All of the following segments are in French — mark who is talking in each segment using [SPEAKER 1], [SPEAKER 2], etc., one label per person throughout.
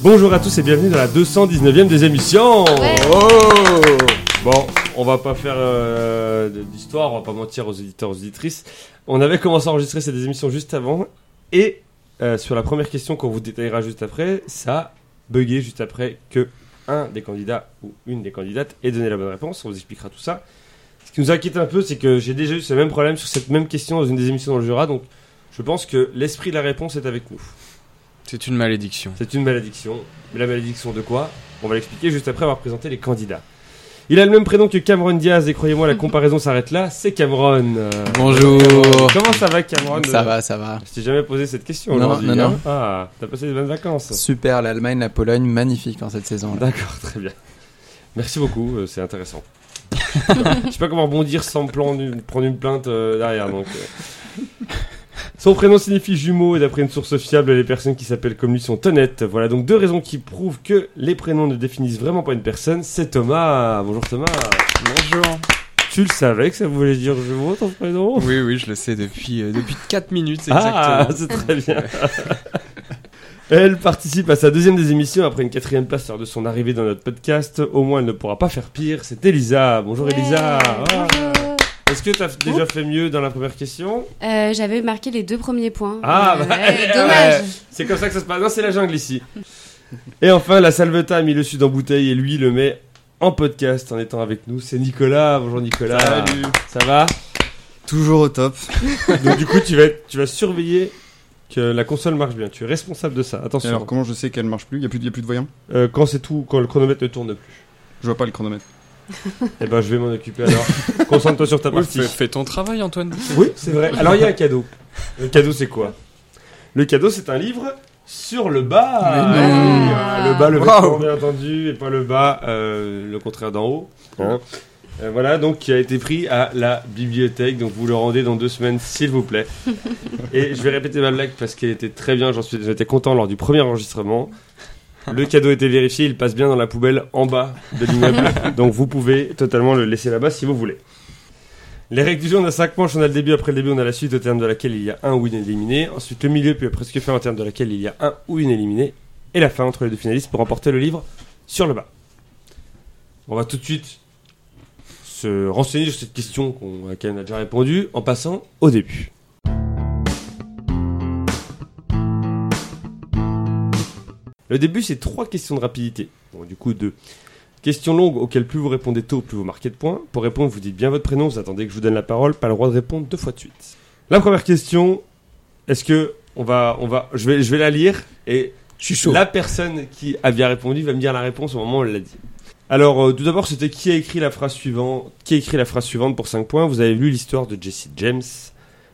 [SPEAKER 1] Bonjour à tous et bienvenue dans la 219e des émissions. Oh. bon, on va pas faire euh, de- d'histoire, on va pas mentir aux éditeurs, aux éditrices. On avait commencé à enregistrer ces émissions juste avant et euh, sur la première question qu'on vous détaillera juste après, ça a bugué juste après que un des candidats ou une des candidates ait donné la bonne réponse. On vous expliquera tout ça. Ce qui nous inquiète un peu, c'est que j'ai déjà eu ce même problème sur cette même question dans une des émissions dans le Jura, donc je pense que l'esprit de la réponse est avec nous.
[SPEAKER 2] C'est une malédiction.
[SPEAKER 1] C'est une malédiction. Mais la malédiction de quoi On va l'expliquer juste après avoir présenté les candidats. Il a le même prénom que Cameron Diaz et croyez-moi la comparaison s'arrête là, c'est Cameron. Euh,
[SPEAKER 2] Bonjour.
[SPEAKER 1] Cameron. Comment ça va Cameron
[SPEAKER 2] Ça va, ça va.
[SPEAKER 1] Je t'ai jamais posé cette question
[SPEAKER 2] Non,
[SPEAKER 1] aujourd'hui.
[SPEAKER 2] non,
[SPEAKER 1] hein
[SPEAKER 2] non.
[SPEAKER 1] Ah, t'as passé des bonnes vacances.
[SPEAKER 2] Super, l'Allemagne, la Pologne, magnifique en cette saison. là.
[SPEAKER 1] D'accord, très bien. Merci beaucoup, euh, c'est intéressant. Je sais pas comment rebondir sans me plan- prendre une plainte euh, derrière. Donc, euh. Son prénom signifie jumeau et d'après une source fiable, les personnes qui s'appellent comme lui sont honnêtes. Voilà donc deux raisons qui prouvent que les prénoms ne définissent vraiment pas une personne. C'est Thomas. Bonjour Thomas.
[SPEAKER 2] Bonjour.
[SPEAKER 1] Tu le savais que ça voulait dire jumeau ton prénom
[SPEAKER 2] Oui, oui, je le sais depuis, euh, depuis 4 minutes
[SPEAKER 1] Ah,
[SPEAKER 2] exactement.
[SPEAKER 1] c'est très bien. Elle participe à sa deuxième des émissions après une quatrième place lors de son arrivée dans notre podcast. Au moins, elle ne pourra pas faire pire. C'est Elisa. Bonjour
[SPEAKER 3] Ouais,
[SPEAKER 1] Elisa. Ah.
[SPEAKER 3] bonjour.
[SPEAKER 1] Est-ce que tu as déjà fait mieux dans la première question
[SPEAKER 3] Euh, J'avais marqué les deux premiers points.
[SPEAKER 1] Ah,
[SPEAKER 3] Euh,
[SPEAKER 1] bah,
[SPEAKER 3] ouais, dommage.
[SPEAKER 1] C'est comme ça que ça se passe. Non, c'est la jungle ici. Et enfin, la Salveta a mis le sud en bouteille et lui le met en podcast en étant avec nous. C'est Nicolas. Bonjour Nicolas.
[SPEAKER 2] Salut.
[SPEAKER 1] Ça va
[SPEAKER 4] Toujours au top.
[SPEAKER 1] Donc du coup, tu vas, être- tu vas surveiller que la console marche bien. Tu es responsable de ça. Attention.
[SPEAKER 4] Alors comment je sais qu'elle marche plus Il y a plus de, y a plus de voyants
[SPEAKER 1] Euh, quand c'est tout, quand le chronomètre ne tourne plus.
[SPEAKER 4] Je vois pas le chronomètre.
[SPEAKER 1] Eh ben, je vais m'en occuper alors. Concentre-toi sur ta
[SPEAKER 2] Oui,
[SPEAKER 1] partie.
[SPEAKER 2] Ah, fais, fais ton travail, Antoine.
[SPEAKER 1] Oui, c'est vrai. Alors, il y a un cadeau. Le cadeau, c'est quoi Le cadeau, c'est un livre sur le bas.
[SPEAKER 2] Mais
[SPEAKER 3] non.
[SPEAKER 1] Oui, hein, le bas, le
[SPEAKER 4] Wow.
[SPEAKER 1] vêtement, bien entendu, et pas le bas, euh, le contraire d'en haut. hein. Euh, voilà, donc qui a été pris à la bibliothèque. Donc vous le rendez dans deux semaines, s'il vous plaît. Et je vais répéter ma blague parce qu'elle était très bien. J'en suis, j'étais content lors du premier enregistrement. Le cadeau était vérifié, il passe bien dans la poubelle en bas de l'immeuble. donc vous pouvez totalement le laisser là-bas si vous voulez. Les règles du jeu, on a 5 manches, on a le début, après le début, on a la suite au terme de laquelle il y a un ou une éliminée. Ensuite, le milieu, puis la presque fin au terme de laquelle il y a un ou une éliminée. Et la fin entre les deux finalistes pour remporter le livre sur le bas. On va tout de suite se renseigner sur cette question qu'on à laquelle on a déjà répondu en passant au début. Le début, c'est trois questions de rapidité. Bon, du coup, deux. Question longue auquel plus vous répondez tôt, plus vous marquez de points. Pour répondre, vous dites bien votre prénom, vous attendez que je vous donne la parole, pas le droit de répondre deux fois de suite. La première question, est-ce que on va, on va, je vais, je vais la lire et
[SPEAKER 2] Je suis chaud.
[SPEAKER 1] la personne qui a bien répondu va me dire la réponse au moment où elle l'a dit. Alors, euh, tout d'abord, c'était qui a écrit la phrase suivante Qui a écrit la phrase suivante pour 5 points Vous avez lu l'histoire de Jesse James.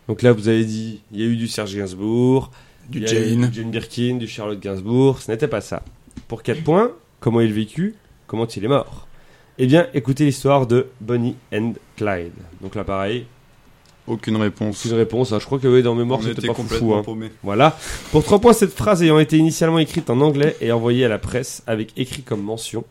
[SPEAKER 1] Donc là, vous avez dit, il y a eu du Serge Gainsbourg,
[SPEAKER 2] Du
[SPEAKER 1] il y a eu
[SPEAKER 2] Jane.
[SPEAKER 1] du Jane Birkin, du Charlotte Gainsbourg. Ce n'était pas ça. Pour 4 points, comment il vécu Comment il est mort Eh bien, écoutez l'histoire de Bonnie and Clyde. Donc là, pareil,
[SPEAKER 4] Aucune réponse.
[SPEAKER 1] c'est une réponse. hein. Je crois que oui, dans
[SPEAKER 4] On
[SPEAKER 1] mémoire,
[SPEAKER 4] était
[SPEAKER 1] c'était pas fou,
[SPEAKER 4] complètement
[SPEAKER 1] hein.
[SPEAKER 4] paumés.
[SPEAKER 1] Voilà. Pour 3 points, cette phrase ayant été initialement écrite en anglais et envoyée à la presse avec écrit comme mention.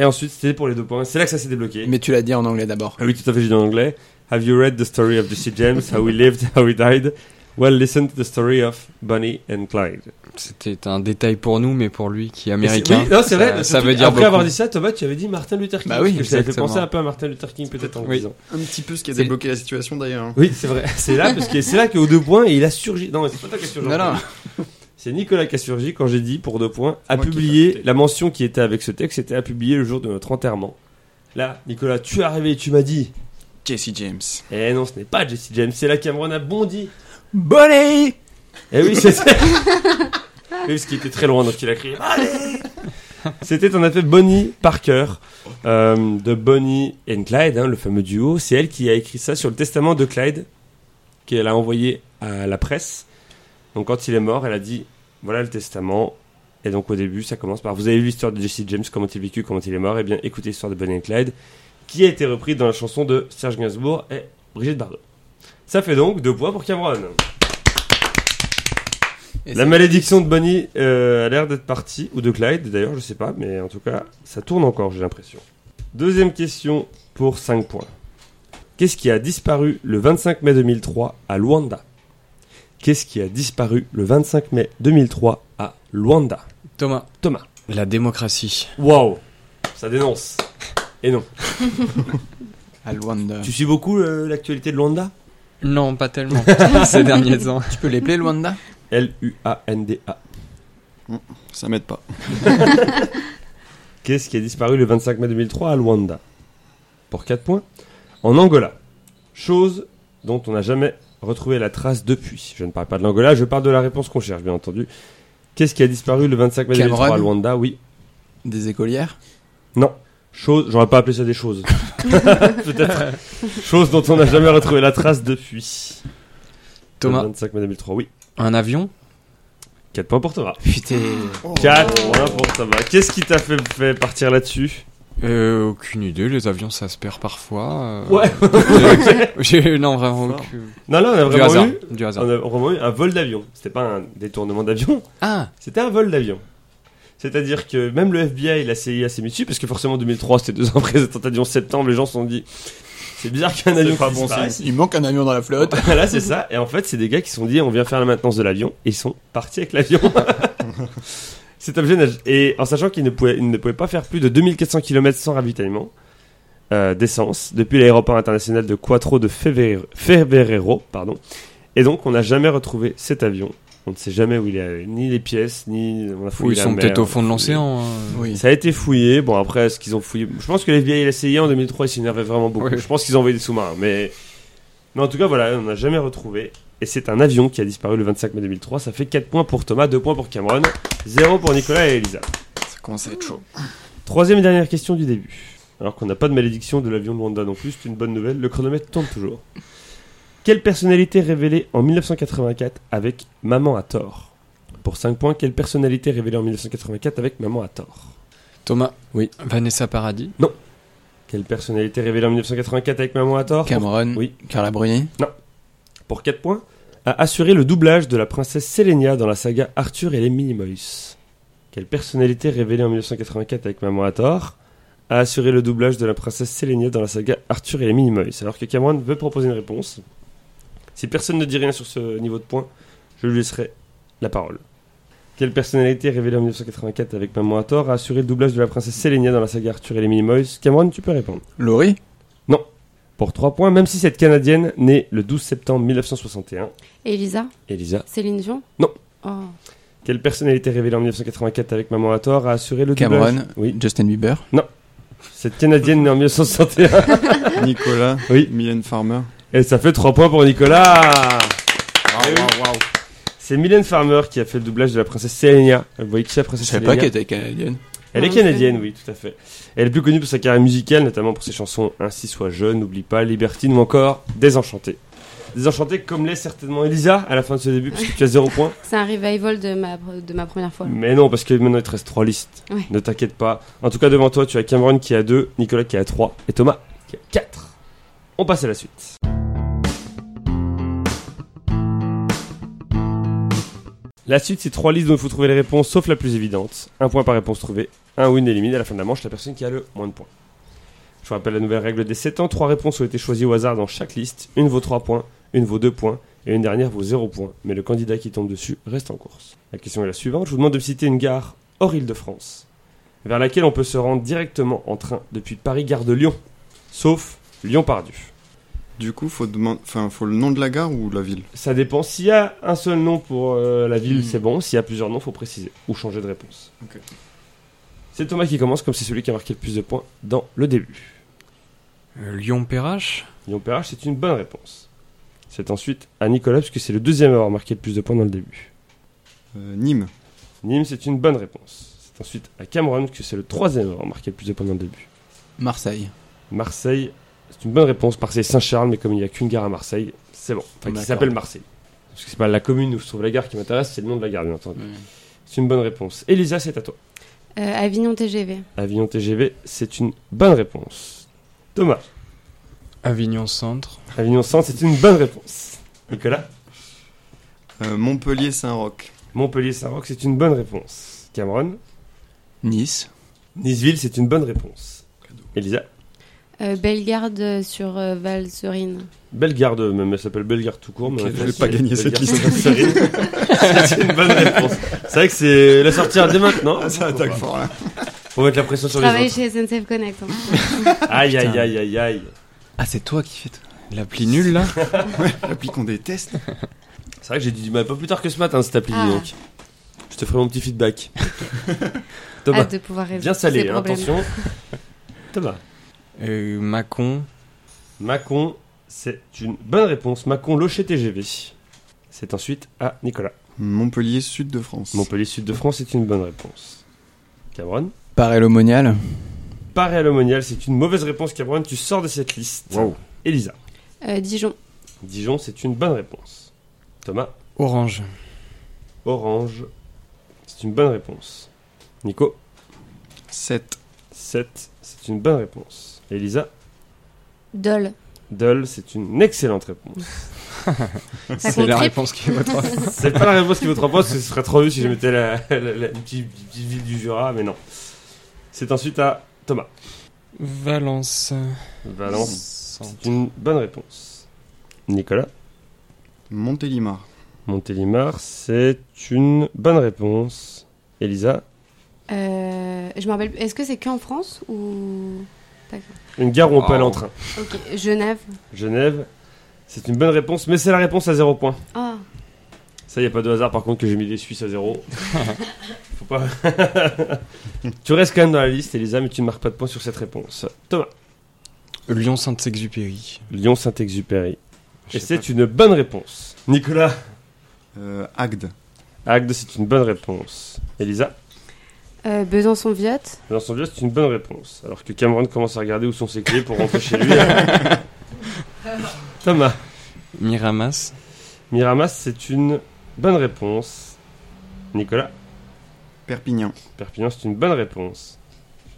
[SPEAKER 1] Et ensuite, c'était pour les deux points. C'est là que ça s'est débloqué.
[SPEAKER 2] Mais tu l'as dit en anglais d'abord.
[SPEAKER 1] Ah oui, tout à fait, j'ai dit en anglais. Have you read the story of Jesse James, how he lived, how he died? Well, listen to the story of Bonnie and Clyde.
[SPEAKER 2] C'était un détail pour nous, mais pour lui qui
[SPEAKER 1] Et c'est-
[SPEAKER 2] est américain.
[SPEAKER 1] Oui, non, c'est vrai.
[SPEAKER 2] hein. ça,
[SPEAKER 1] surtout
[SPEAKER 2] veut dire
[SPEAKER 1] Après avoir
[SPEAKER 2] beaucoup.
[SPEAKER 1] dit ça, Thomas, tu avais dit Martin Luther King.
[SPEAKER 2] Bah oui,
[SPEAKER 1] parce que je t'avais fait
[SPEAKER 2] exactement.
[SPEAKER 1] penser un peu à Martin Luther King, peut-être en le
[SPEAKER 2] Oui.
[SPEAKER 1] disant.
[SPEAKER 4] Un petit peu ce qui a
[SPEAKER 2] C'est-
[SPEAKER 4] débloqué la situation d'ailleurs. hein.
[SPEAKER 1] Oui, c'est vrai. C'est là, parce que c'est là qu'au deux points, il a surgi. Non, c'est pas toi qui as surgi.
[SPEAKER 2] Non, non.
[SPEAKER 1] C'est Nicolas Cassurgi, quand j'ai dit, pour deux points, a
[SPEAKER 4] Moi qui l'ai
[SPEAKER 1] publié
[SPEAKER 4] ajouté.
[SPEAKER 1] la mention qui était avec ce texte, était à publier le jour de notre enterrement. Là, Nicolas, tu es arrivé et tu m'as dit,
[SPEAKER 2] Jesse James.
[SPEAKER 1] eh non, ce n'est pas Jesse James, c'est la Cameron a bondi.
[SPEAKER 2] Bonnet
[SPEAKER 1] Eh oui, c'est ça. Oui, parce qu'il était très loin, donc il a crié, allez C'était en effet Bonnie Parker, euh, de Bonnie and Clyde, hein, le fameux duo. C'est elle qui a écrit ça sur le testament de Clyde, qu'elle a envoyé à la presse. Donc quand il est mort, elle a dit voilà le testament. Et donc au début, ça commence par vous avez vu l'histoire de Jesse James, comment il a vécu, comment il est mort. Eh bien, écoutez l'histoire de Bonnie and Clyde, qui a été reprise dans la chanson de Serge Gainsbourg et Brigitte Bardot. Ça fait donc deux points pour Cameron.
[SPEAKER 2] Et
[SPEAKER 1] La malédiction de Bonnie euh, a l'air d'être partie, ou de Clyde d'ailleurs, je sais pas, mais en tout cas, ça tourne encore, j'ai l'impression. Deuxième question pour 5 points. Qu'est-ce qui a disparu le 25 mai 2003 à Luanda Qu'est-ce qui a disparu le 25 mai 2003 à Luanda.
[SPEAKER 2] Thomas.
[SPEAKER 1] Thomas.
[SPEAKER 2] La démocratie.
[SPEAKER 1] Waouh, ça dénonce. Et non.
[SPEAKER 2] À Luanda.
[SPEAKER 1] Tu suis beaucoup euh, l'actualité de Luanda
[SPEAKER 2] Non, pas tellement. Ces derniers temps. Tu peux l'appeler Luanda
[SPEAKER 1] L-U-A-N-D-A.
[SPEAKER 4] Ça m'aide pas.
[SPEAKER 1] Qu'est-ce qui a disparu le 25 mai 2003 à Luanda Pour 4 points. En Angola. Chose dont on n'a jamais retrouvé la trace depuis. Je ne parle pas de l'Angola, je parle de la réponse qu'on cherche, bien entendu. Qu'est-ce qui a disparu le 25 mai 2003 à
[SPEAKER 2] Cameroun
[SPEAKER 1] Luanda Oui.
[SPEAKER 2] Des écolières
[SPEAKER 1] Non. Chose, j'aurais pas appelé ça des choses. Peut-être. Chose dont on n'a jamais retrouvé la trace depuis.
[SPEAKER 2] Thomas.
[SPEAKER 1] Le 25 mai 2003, oui.
[SPEAKER 2] Un avion
[SPEAKER 1] 4 points pour Thomas.
[SPEAKER 2] Putain.
[SPEAKER 4] Oh.
[SPEAKER 1] 4 points pour Thomas. Qu'est-ce qui t'a fait, fait partir là-dessus
[SPEAKER 2] Euh, aucune idée, les avions ça se perd parfois. euh,
[SPEAKER 1] Ouais.
[SPEAKER 2] j'ai- non, vraiment
[SPEAKER 4] Fort.
[SPEAKER 2] aucune.
[SPEAKER 1] Non, là, on a
[SPEAKER 2] Du
[SPEAKER 1] vraiment
[SPEAKER 2] hasard.
[SPEAKER 1] eu,
[SPEAKER 2] Du hasard.
[SPEAKER 1] on a vraiment eu un vol d'avion. C'était pas un détournement d'avion,
[SPEAKER 2] Ah,
[SPEAKER 1] c'était un vol d'avion. C'est-à-dire que même le FBI et la CIA s'est mis dessus, parce que forcément, 2003, c'était deux ans après les attentats du 11 septembre, les gens se sont dit c'est bizarre qu'un avion
[SPEAKER 4] pas
[SPEAKER 1] qui
[SPEAKER 4] bon
[SPEAKER 1] disparaisse.
[SPEAKER 4] signe. Il manque un avion dans la flotte.
[SPEAKER 1] Voilà, c'est ça. Et en fait, c'est des gars qui se sont dit on vient faire la maintenance de l'avion et ils sont partis avec l'avion. Cet objet n'a- Et en sachant qu'ils ne pouvaient, ils ne pouvaient pas faire plus de 2400 km sans ravitaillement euh, d'essence depuis l'aéroport international de Quattro de Fever- Feverero. Pardon. Et donc, on n'a jamais retrouvé cet avion. On ne sait jamais où il est, allé, ni les pièces, ni. On a fouillé
[SPEAKER 2] oui, ils
[SPEAKER 1] la
[SPEAKER 2] sont
[SPEAKER 1] mer,
[SPEAKER 2] peut-être
[SPEAKER 1] on
[SPEAKER 2] au
[SPEAKER 1] a
[SPEAKER 2] fond de
[SPEAKER 1] fouillé-
[SPEAKER 2] l'océan. hein.
[SPEAKER 4] Oui.
[SPEAKER 1] Ça a été fouillé. Bon, après, ce qu'ils ont fouillé. Je pense que les vieilles et la CIA en 2003, ils s'énervaient vraiment beaucoup.
[SPEAKER 2] Oui.
[SPEAKER 1] Je pense qu'ils ont envoyé des sous-marins. Mais... mais en tout cas, voilà, on n'a jamais retrouvé. Et c'est un avion qui a disparu le 25 mai 2003. Ça fait 4 points pour Thomas, 2 points pour Cameron, 0 pour Nicolas et Elisa.
[SPEAKER 4] Ça commence à être chaud.
[SPEAKER 1] Troisième et dernière question du début. Alors qu'on n'a pas de malédiction de l'avion de Wanda non plus, c'est une bonne nouvelle, le chronomètre tombe toujours. Quelle personnalité révélée en 1984 avec Maman à tort Pour 5 points, quelle personnalité révélée en 1984 avec Maman à tort
[SPEAKER 2] Thomas.
[SPEAKER 1] Oui.
[SPEAKER 2] Vanessa Paradis.
[SPEAKER 1] Quelle personnalité révélée en 1984 avec Maman à tort
[SPEAKER 2] Cameron.
[SPEAKER 1] Oui.
[SPEAKER 2] Carla Bruni.
[SPEAKER 1] Pour 4 points, a assuré le doublage de la princesse Selenia dans la saga Arthur et les Minimoys. Quelle personnalité révélée en 1984 avec Maman à tort a assuré le doublage de la princesse Selenia dans la saga Arthur et les Minimoys Alors que Cameron veut proposer une réponse. Si personne ne dit rien sur ce niveau de points, je lui laisserai la parole. Quelle personnalité révélée en 1984 avec Maman à tort a assuré le doublage de la princesse Selenia dans la saga Arthur et les Minimoys Cameron, tu peux répondre.
[SPEAKER 4] Laurie
[SPEAKER 1] Pour 3 points, même si cette Canadienne, née le 12 septembre 1961,
[SPEAKER 3] Elisa
[SPEAKER 1] Elisa,
[SPEAKER 3] Céline Dion
[SPEAKER 1] Non.
[SPEAKER 3] Oh.
[SPEAKER 1] quelle personnalité révélée en 1984 avec Maman à tort a assuré le doublage
[SPEAKER 2] Cameron.
[SPEAKER 1] Oui,
[SPEAKER 2] Justin Bieber.
[SPEAKER 1] cette Canadienne née en 1961.
[SPEAKER 4] Nicolas.
[SPEAKER 1] Oui.
[SPEAKER 4] Mylène Farmer.
[SPEAKER 1] Et ça fait 3 points pour Nicolas Eh C'est Mylène Farmer qui a fait le doublage de la princesse Selenia. Vous voyez qui c'est la
[SPEAKER 2] Je
[SPEAKER 1] princesse
[SPEAKER 2] savais
[SPEAKER 1] Selenia
[SPEAKER 2] pas qu'elle était canadienne.
[SPEAKER 1] Elle est
[SPEAKER 3] Ah, en fait.
[SPEAKER 1] canadienne, oui, tout à fait. Elle est plus connue pour sa carrière musicale, notamment pour ses chansons Ainsi soit jeune, N'oublie pas, Libertine ou encore Désenchantée. Désenchantée comme l'est certainement Elisa à la fin de ce début, puisque tu as 0 points.
[SPEAKER 3] C'est un revival de ma, de ma première fois.
[SPEAKER 1] Mais non, parce que maintenant il te reste 3 listes.
[SPEAKER 3] Ouais.
[SPEAKER 1] Ne t'inquiète pas. En tout cas, devant toi, tu as Cameron qui a 2, Nicolas qui a 3 et Thomas qui a 4. On passe à la suite. La suite, c'est 3 listes dont il faut trouver les réponses, sauf la plus évidente. Un point par réponse trouvée, un win éliminé à la fin de la manche, la personne qui a le moins de points. Je vous rappelle la nouvelle règle des 7 ans 3 réponses ont été choisies au hasard dans chaque liste. Une vaut 3 points, une vaut 2 points et une dernière vaut 0 points, mais le candidat qui tombe dessus reste en course. La question est la suivante, je vous demande de me citer une gare hors Île-de-France, vers laquelle on peut se rendre directement en train depuis Paris Gare de Lyon, sauf Lyon-Pardieu.
[SPEAKER 4] Du coup, faut, demander... enfin, faut le nom de la gare ou la ville
[SPEAKER 1] Ça dépend, s'il y a un seul nom pour euh, la ville,
[SPEAKER 4] Mhm.
[SPEAKER 1] c'est bon, s'il y a plusieurs noms, faut préciser, ou changer de réponse.
[SPEAKER 4] Ok.
[SPEAKER 1] C'est Thomas qui commence, comme c'est celui qui a marqué le plus de points dans le début.
[SPEAKER 2] Euh, Lyon-Perrache.
[SPEAKER 1] Lyon-Perrache, c'est une bonne réponse. C'est ensuite à Nicolas, puisque c'est le deuxième à avoir marqué le plus de points dans le début.
[SPEAKER 4] Euh, Nîmes.
[SPEAKER 1] Nîmes, c'est une bonne réponse. C'est ensuite à Cameroun, que c'est le troisième à avoir marqué le plus de points dans le début.
[SPEAKER 2] Marseille.
[SPEAKER 1] Marseille, c'est une bonne réponse. Marseille-Saint-Charles, mais comme il n'y a qu'une gare à Marseille, c'est bon. Enfin, qui
[SPEAKER 2] D'accord.
[SPEAKER 1] s'appelle Marseille. Parce que c'est pas la commune où se trouve la gare qui m'intéresse, c'est le nom de la gare, bien entendu. C'est une bonne réponse. Elisa, c'est à toi.
[SPEAKER 3] Euh, Avignon TGV.
[SPEAKER 1] Avion TGV, c'est une bonne réponse. Thomas,
[SPEAKER 2] Avignon-Centre.
[SPEAKER 1] Avignon Centre, c'est une bonne réponse. Nicolas,
[SPEAKER 4] Euh, Montpellier Saint-Roch.
[SPEAKER 1] Montpellier-Saint-Roch, c'est une bonne réponse. Cameron,
[SPEAKER 2] Nice.
[SPEAKER 1] Niceville, c'est une bonne réponse. Elisa,
[SPEAKER 3] Euh, Bellegarde euh, sur euh, Valserine.
[SPEAKER 1] Bellegarde, même, elle s'appelle Bellegarde tout court. mais
[SPEAKER 4] Ok,
[SPEAKER 1] on a
[SPEAKER 4] je vais
[SPEAKER 1] fait
[SPEAKER 4] pas gagner
[SPEAKER 1] Bellegarde
[SPEAKER 4] cette
[SPEAKER 1] sur Valserine. c'est une bonne réponse. C'est vrai que c'est la sortir dès maintenant.
[SPEAKER 4] Ah, ça attaque fort là.
[SPEAKER 1] Faut mettre la pression sur les
[SPEAKER 3] Travaille
[SPEAKER 1] autres.
[SPEAKER 3] chez SNCF Connect. hein.
[SPEAKER 1] Aïe, aïe,
[SPEAKER 2] Putain.
[SPEAKER 1] aïe, aïe, aïe.
[SPEAKER 2] Ah, c'est toi qui fais tout. L'appli nulle là
[SPEAKER 4] L'appli qu'on déteste.
[SPEAKER 1] C'est vrai que j'ai dit du mal pas plus tard que ce matin, cette appli,
[SPEAKER 3] Ah.
[SPEAKER 1] dis donc. Je te ferai mon petit feedback. Thomas,
[SPEAKER 3] Hâte de pouvoir résoudre
[SPEAKER 1] bien salé,
[SPEAKER 3] ces
[SPEAKER 1] hein,
[SPEAKER 3] problèmes.
[SPEAKER 1] attention. Thomas,
[SPEAKER 2] euh, Macon.
[SPEAKER 1] Macon, c'est une bonne réponse. Macon, Locher TGV. C'est ensuite à Nicolas.
[SPEAKER 4] Montpellier, sud de France.
[SPEAKER 1] Montpellier, sud de France, c'est une bonne réponse. Cameron
[SPEAKER 2] Paray le Monial.
[SPEAKER 1] Paris à l'Aumonial, c'est une mauvaise réponse, Cameron. Tu sors de cette liste.
[SPEAKER 4] Wow.
[SPEAKER 1] Elisa.
[SPEAKER 3] Euh, Dijon.
[SPEAKER 1] Dijon, c'est une bonne réponse. Thomas,
[SPEAKER 2] Orange.
[SPEAKER 1] Orange, c'est une bonne réponse. Nico,
[SPEAKER 4] 7.
[SPEAKER 1] 7, c'est une bonne réponse. Elisa,
[SPEAKER 3] Dole.
[SPEAKER 1] Dull, c'est une excellente réponse.
[SPEAKER 3] Ça
[SPEAKER 2] C'est
[SPEAKER 3] compte
[SPEAKER 2] la
[SPEAKER 3] très-
[SPEAKER 2] réponse qui vaut trois.
[SPEAKER 1] C'est pas la réponse qui vaut 3 points, parce que ce serait trop vu si je mettais la, la- la- la petite, petite ville du Jura, mais non. C'est ensuite à Thomas.
[SPEAKER 2] Valence.
[SPEAKER 1] Valence, c'est une bonne réponse. Nicolas,
[SPEAKER 4] Montélimar.
[SPEAKER 1] Montélimar, c'est une bonne réponse. Elisa,
[SPEAKER 3] Euh, je me rappelle. Est-ce que c'est qu'en France ou
[SPEAKER 1] une gare où on peut
[SPEAKER 2] Oh.
[SPEAKER 1] aller en train.
[SPEAKER 3] Ok. Genève.
[SPEAKER 1] Genève, c'est une bonne réponse, mais c'est la réponse à 0 points.
[SPEAKER 3] Ah.
[SPEAKER 1] Ça, y a pas de hasard par contre que j'ai mis les Suisses à zéro. Faut pas. tu restes quand même dans la liste, Elisa, mais tu ne marques pas de points sur cette réponse. Thomas.
[SPEAKER 2] Lyon Saint-Exupéry.
[SPEAKER 1] Lyon Saint-Exupéry.
[SPEAKER 2] Je
[SPEAKER 1] Et
[SPEAKER 2] sais
[SPEAKER 1] c'est une bonne réponse. Nicolas.
[SPEAKER 4] Euh, Agde.
[SPEAKER 1] Agde, c'est une bonne réponse. Elisa.
[SPEAKER 3] Euh, Besançon Viotte.
[SPEAKER 1] Dans son vieux, c'est une bonne réponse. Alors que Cameron commence à regarder où sont ses clés pour rentrer chez lui. Thomas.
[SPEAKER 2] pas. Miramas.
[SPEAKER 1] Miramas, c'est une bonne réponse. Nicolas.
[SPEAKER 4] Perpignan.
[SPEAKER 1] Perpignan, c'est une bonne réponse.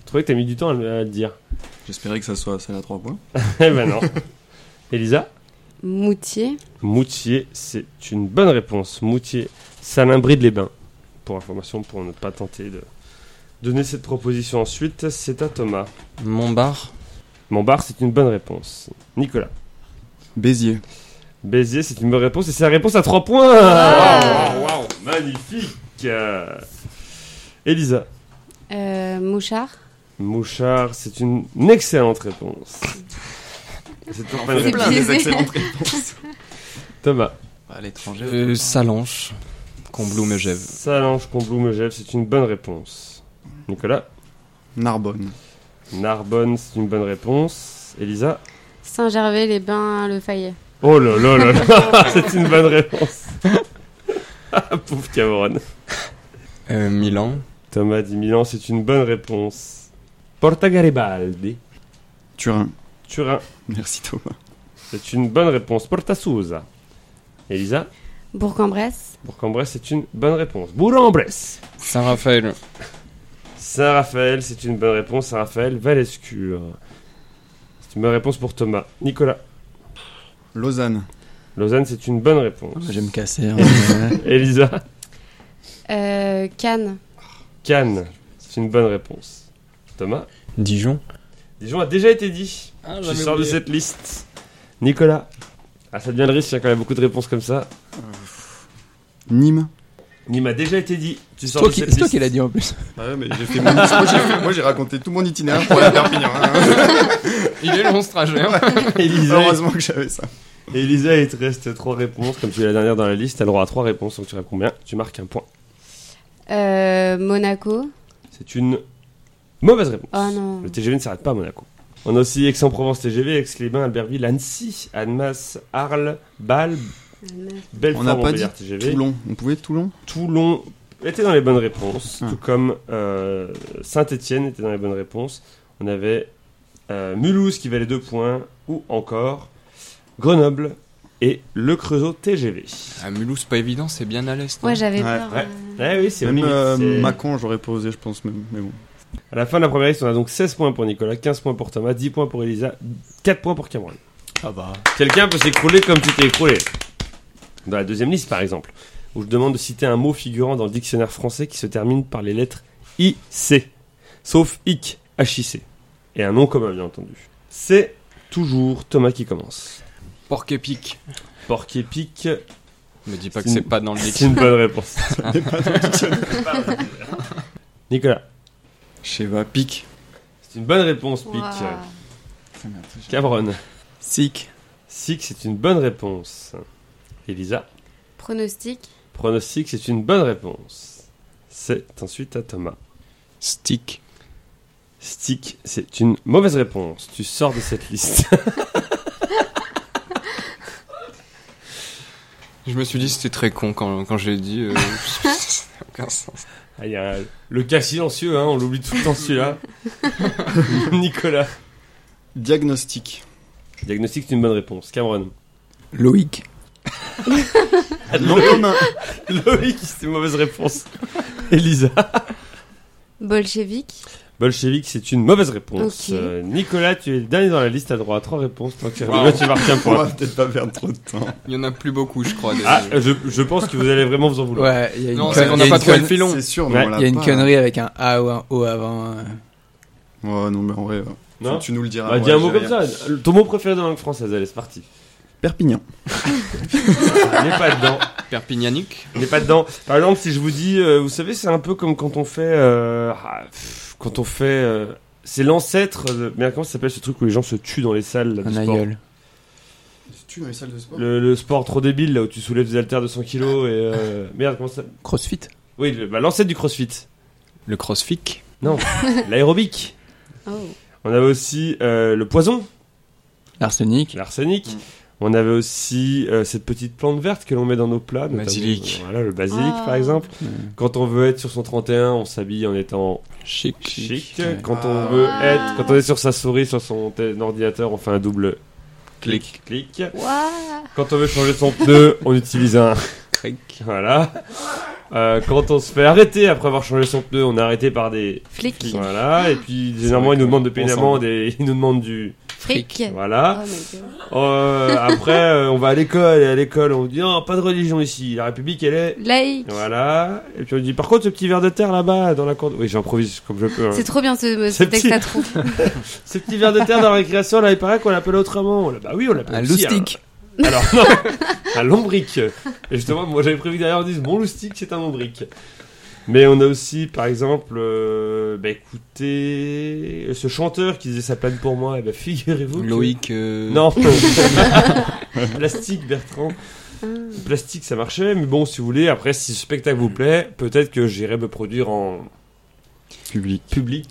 [SPEAKER 1] Je trouvais que t'as mis du temps à le à le dire.
[SPEAKER 4] J'espérais que ça soit celle à 3 points.
[SPEAKER 1] Eh ben non. Elisa.
[SPEAKER 3] Moutier.
[SPEAKER 1] Moutier, c'est une bonne réponse. Moutier, Salimbride les Bains. Pour information, pour ne pas tenter de donner cette proposition ensuite, c'est à Thomas.
[SPEAKER 2] Montbard.
[SPEAKER 1] Montbard, c'est une bonne réponse. Nicolas.
[SPEAKER 4] Béziers.
[SPEAKER 1] Béziers, c'est une bonne réponse et c'est la réponse à 3 points.
[SPEAKER 3] Ah.
[SPEAKER 1] Waouh, waouh, waouh, magnifique. Euh, Elisa.
[SPEAKER 3] Euh, Mouchard.
[SPEAKER 1] Mouchard, c'est une excellente réponse. C'est toujours pas une
[SPEAKER 3] C'est
[SPEAKER 1] réponse.
[SPEAKER 3] bien. biaisé.
[SPEAKER 4] réponses.
[SPEAKER 1] Thomas.
[SPEAKER 4] À l'étranger.
[SPEAKER 2] Euh, Salanches. Combloum Megève.
[SPEAKER 1] Salange, Combloux, Megève, c'est une bonne réponse. Nicolas.
[SPEAKER 4] Narbonne.
[SPEAKER 1] Narbonne, c'est une bonne réponse. Elisa.
[SPEAKER 3] Saint-Gervais, les Bains, Le Fayet.
[SPEAKER 1] Oh là là là là C'est une bonne réponse. Pouf Cameron.
[SPEAKER 2] Euh, Milan.
[SPEAKER 1] Thomas dit Milan, c'est une bonne réponse. Porta Garibaldi.
[SPEAKER 4] Turin.
[SPEAKER 1] Turin,
[SPEAKER 4] Merci Thomas.
[SPEAKER 1] c'est une bonne réponse. Porta Sousa. Elisa,
[SPEAKER 3] Bourg-en-Bresse.
[SPEAKER 1] Bourg-en-Bresse, c'est une bonne réponse. Bourg-en-Bresse.
[SPEAKER 2] Saint-Raphaël.
[SPEAKER 1] Saint-Raphaël, c'est une bonne réponse. Saint-Raphaël, Valescure. C'est une bonne réponse pour Thomas. Nicolas,
[SPEAKER 4] Lausanne.
[SPEAKER 1] Lausanne, c'est une
[SPEAKER 2] Ah,
[SPEAKER 1] bonne réponse.
[SPEAKER 4] me
[SPEAKER 2] hein.
[SPEAKER 4] casser.
[SPEAKER 1] Elisa,
[SPEAKER 3] Euh, Cannes.
[SPEAKER 1] Cannes, c'est une bonne réponse. Thomas,
[SPEAKER 2] Dijon.
[SPEAKER 1] Dijon a déjà été dit.
[SPEAKER 2] Ah,
[SPEAKER 1] Je sors de cette liste. Nicolas. Ah, ça devient le risque, il y a quand même beaucoup de réponses comme ça.
[SPEAKER 4] Nîmes.
[SPEAKER 1] Nîmes a déjà été dit. Tu
[SPEAKER 2] C'est
[SPEAKER 1] sors
[SPEAKER 2] toi
[SPEAKER 1] de
[SPEAKER 2] qui,
[SPEAKER 1] cette
[SPEAKER 2] c'est toi
[SPEAKER 1] liste.
[SPEAKER 2] qui l'as dit en plus.
[SPEAKER 4] Ah ouais, mais j'ai fait mon- moi, j'ai- Moi j'ai raconté tout mon itinéraire pour aller à Perpignan. hein.
[SPEAKER 2] Il est long ce trajet. hein.
[SPEAKER 1] Elisa,
[SPEAKER 4] Heureusement que j'avais ça.
[SPEAKER 1] Elisa, il te reste trois réponses. Comme tu es la dernière dans la liste, elle aura trois réponses. Donc tu as combien Tu marques un point.
[SPEAKER 3] Euh, Monaco.
[SPEAKER 1] C'est une mauvaise réponse.
[SPEAKER 3] Oh non.
[SPEAKER 1] Le TGV ne s'arrête pas à Monaco. On a aussi Aix-en-Provence TGV, Aix-les-Bains, Albertville, Annecy, Annemasse, Arles, Bâle, Belfort,
[SPEAKER 4] On n'a pas dit
[SPEAKER 1] Montbéliard TGV.
[SPEAKER 4] Toulon. On pouvait Toulon
[SPEAKER 1] Toulon était dans les bonnes réponses,
[SPEAKER 4] Ah.
[SPEAKER 1] tout comme euh, Saint-Étienne était dans les bonnes réponses. On avait euh, Mulhouse qui valait 2 points, ou encore Grenoble et le Creusot TGV.
[SPEAKER 2] À Mulhouse, pas évident, c'est bien à l'est. hein.
[SPEAKER 3] Ouais, j'avais
[SPEAKER 4] Ouais,
[SPEAKER 3] peur.
[SPEAKER 1] ouais.
[SPEAKER 3] euh.
[SPEAKER 1] Ah oui, c'est
[SPEAKER 4] Même
[SPEAKER 1] horrible,
[SPEAKER 4] euh,
[SPEAKER 1] c'est-
[SPEAKER 4] Mâcon j'aurais posé je pense même. Mais bon.
[SPEAKER 1] À la fin de la première liste, on a donc 16 points pour Nicolas, 15 points pour Thomas, 10 points pour Elisa, 4 points pour Cameron.
[SPEAKER 2] Ah bah.
[SPEAKER 1] Quelqu'un peut s'écrouler comme tu t'es écroulé. Dans la deuxième liste, par exemple, où je demande de citer un mot figurant dans le dictionnaire français qui se termine par les lettres IC, sauf IC, HIC, et un nom commun, bien entendu. C'est toujours Thomas qui commence.
[SPEAKER 2] Porc épic.
[SPEAKER 1] Porc épic,
[SPEAKER 2] Me dis pas
[SPEAKER 1] C'est
[SPEAKER 2] que c'est
[SPEAKER 1] une-
[SPEAKER 2] pas dans le
[SPEAKER 1] c'est
[SPEAKER 2] dictionnaire.
[SPEAKER 1] une bonne réponse. Nicolas,
[SPEAKER 5] Je sais pas, pique.
[SPEAKER 1] c'est une bonne réponse, Pic.
[SPEAKER 3] Ouah.
[SPEAKER 1] Cameron,
[SPEAKER 5] Sick.
[SPEAKER 1] Six, c'est une bonne réponse. Elisa,
[SPEAKER 3] Pronostic.
[SPEAKER 1] pronostic, c'est une bonne réponse. C'est ensuite à Thomas.
[SPEAKER 5] Stick.
[SPEAKER 1] Stick, c'est une mauvaise réponse. Tu sors de cette liste.
[SPEAKER 2] Je me suis dit c'était très con quand, quand j'ai dit. euh, ça n'a aucun sens.
[SPEAKER 1] Ah, il y a le cas silencieux, hein, on l'oublie tout le temps celui-là. Nicolas.
[SPEAKER 4] Diagnostic.
[SPEAKER 1] Diagnostic, c'est une bonne réponse. Cameron.
[SPEAKER 5] Loïc.
[SPEAKER 1] Ah,
[SPEAKER 4] Non commun.
[SPEAKER 1] Loïc, c'est une mauvaise réponse. Elisa.
[SPEAKER 3] Bolchevique.
[SPEAKER 1] Bolchevique, c'est une mauvaise réponse.
[SPEAKER 3] Ok.
[SPEAKER 1] Euh, Nicolas, tu es le dernier dans la liste à droit à trois réponses. Tant que tu
[SPEAKER 2] Wow.
[SPEAKER 1] arrives là, tu marques un
[SPEAKER 4] On va
[SPEAKER 1] point.
[SPEAKER 4] peut-être pas perdre trop de temps.
[SPEAKER 2] Il y en a plus beaucoup, je crois. des-
[SPEAKER 1] Ah, je, je pense que vous allez vraiment vous en vouloir.
[SPEAKER 5] Ouais, il y a une,
[SPEAKER 2] Non,
[SPEAKER 5] con-
[SPEAKER 2] c'est qu'on
[SPEAKER 5] il y
[SPEAKER 2] n'a
[SPEAKER 5] a
[SPEAKER 2] pas
[SPEAKER 5] une
[SPEAKER 2] trouvé le
[SPEAKER 5] con-
[SPEAKER 2] filon.
[SPEAKER 4] C'est sûr, mais
[SPEAKER 1] Ouais,
[SPEAKER 4] on l'a
[SPEAKER 5] il y a une
[SPEAKER 4] pas.
[SPEAKER 5] connerie avec un A ou un O avant. euh.
[SPEAKER 4] Ouais, non, mais en vrai, euh,
[SPEAKER 1] Non
[SPEAKER 4] tu nous le diras.
[SPEAKER 1] Bah,
[SPEAKER 4] ouais,
[SPEAKER 1] dis un mot
[SPEAKER 4] j'ai
[SPEAKER 1] comme
[SPEAKER 4] rien.
[SPEAKER 1] ça. Ton mot préféré dans la langue française, allez, c'est parti.
[SPEAKER 4] Perpignan.
[SPEAKER 1] N'est pas dedans.
[SPEAKER 2] Perpignanique.
[SPEAKER 1] On n'est pas dedans. Par exemple, si je vous dis, euh, vous savez, c'est un peu comme quand on fait, euh, ah, pff, quand on fait, euh, c'est l'ancêtre. de- Merde, comment ça s'appelle ce truc où les gens se tuent dans les salles là, de
[SPEAKER 5] Un
[SPEAKER 1] sport
[SPEAKER 5] aïeul.
[SPEAKER 4] Tu dans les salles de sport
[SPEAKER 1] le, le sport trop débile là où tu soulèves des haltères de 100 kilos et euh, merde, comment ça
[SPEAKER 5] Crossfit.
[SPEAKER 1] Oui, le- bah, l'ancêtre du CrossFit,
[SPEAKER 2] Le crossfic.
[SPEAKER 1] l'aérobic.
[SPEAKER 3] Oh.
[SPEAKER 1] On avait aussi euh, le poison,
[SPEAKER 5] L'arsenic.
[SPEAKER 1] l'arsenic.
[SPEAKER 4] Mm.
[SPEAKER 1] On avait aussi euh, cette petite plante verte que l'on met dans nos plats. notamment,
[SPEAKER 2] Basilic.
[SPEAKER 1] euh, Voilà, le basilic
[SPEAKER 3] Ah.
[SPEAKER 1] par exemple.
[SPEAKER 5] Mm.
[SPEAKER 1] Quand on veut être sur son 31, on s'habille en étant
[SPEAKER 2] Chic.
[SPEAKER 1] chic.
[SPEAKER 5] Ouais.
[SPEAKER 1] Quand on
[SPEAKER 4] Ah.
[SPEAKER 1] veut être, quand on est sur sa souris, sur son tel- ordinateur, on fait un double clic, clic.
[SPEAKER 3] Ouah.
[SPEAKER 1] Quand on veut changer son pneu, on utilise un
[SPEAKER 2] Cric.
[SPEAKER 1] voilà. Euh, quand on se fait arrêter après avoir changé son pneu, on est arrêté par des
[SPEAKER 3] Flic.
[SPEAKER 1] voilà. Et puis généralement,
[SPEAKER 2] vrai
[SPEAKER 1] ils nous
[SPEAKER 2] qu'on-
[SPEAKER 1] demandent de payer une
[SPEAKER 2] on s'en
[SPEAKER 1] amende et ils nous demandent du
[SPEAKER 3] Fric. Oh
[SPEAKER 1] voilà.
[SPEAKER 3] my god.
[SPEAKER 1] Euh, après, euh, on va à l'école et à l'école, on dit non, pas de religion ici. La République, elle est
[SPEAKER 3] Laïc.
[SPEAKER 1] voilà. Et puis on dit par contre, ce petit verre de terre là-bas dans la cour. Oui, j'improvise comme je peux. hein.
[SPEAKER 3] C'est trop bien ce, ce
[SPEAKER 1] C'est
[SPEAKER 3] texte
[SPEAKER 1] petit.
[SPEAKER 3] à trous.
[SPEAKER 1] Ce petit verre de terre dans la récréation, là, il paraît qu'on l'appelle autrement. On l'a- Bah oui, on l'appelle
[SPEAKER 5] Un
[SPEAKER 1] aussi
[SPEAKER 5] loustic.
[SPEAKER 1] un- Alors, non, un lombric. Et justement, moi j'avais prévu que derrière, on dise mon loustic, c'est un lombric. Mais on a aussi, par exemple, euh, bah écoutez, ce chanteur qui disait ça plane pour moi, et bah figurez-vous. que-
[SPEAKER 2] Loïc. euh,
[SPEAKER 1] Non. Plastique, Bertrand.
[SPEAKER 3] Ah.
[SPEAKER 1] Plastique, ça marchait, mais bon, si vous voulez, après, si ce spectacle vous plaît, peut-être que j'irai me produire en,
[SPEAKER 4] Public.
[SPEAKER 1] public.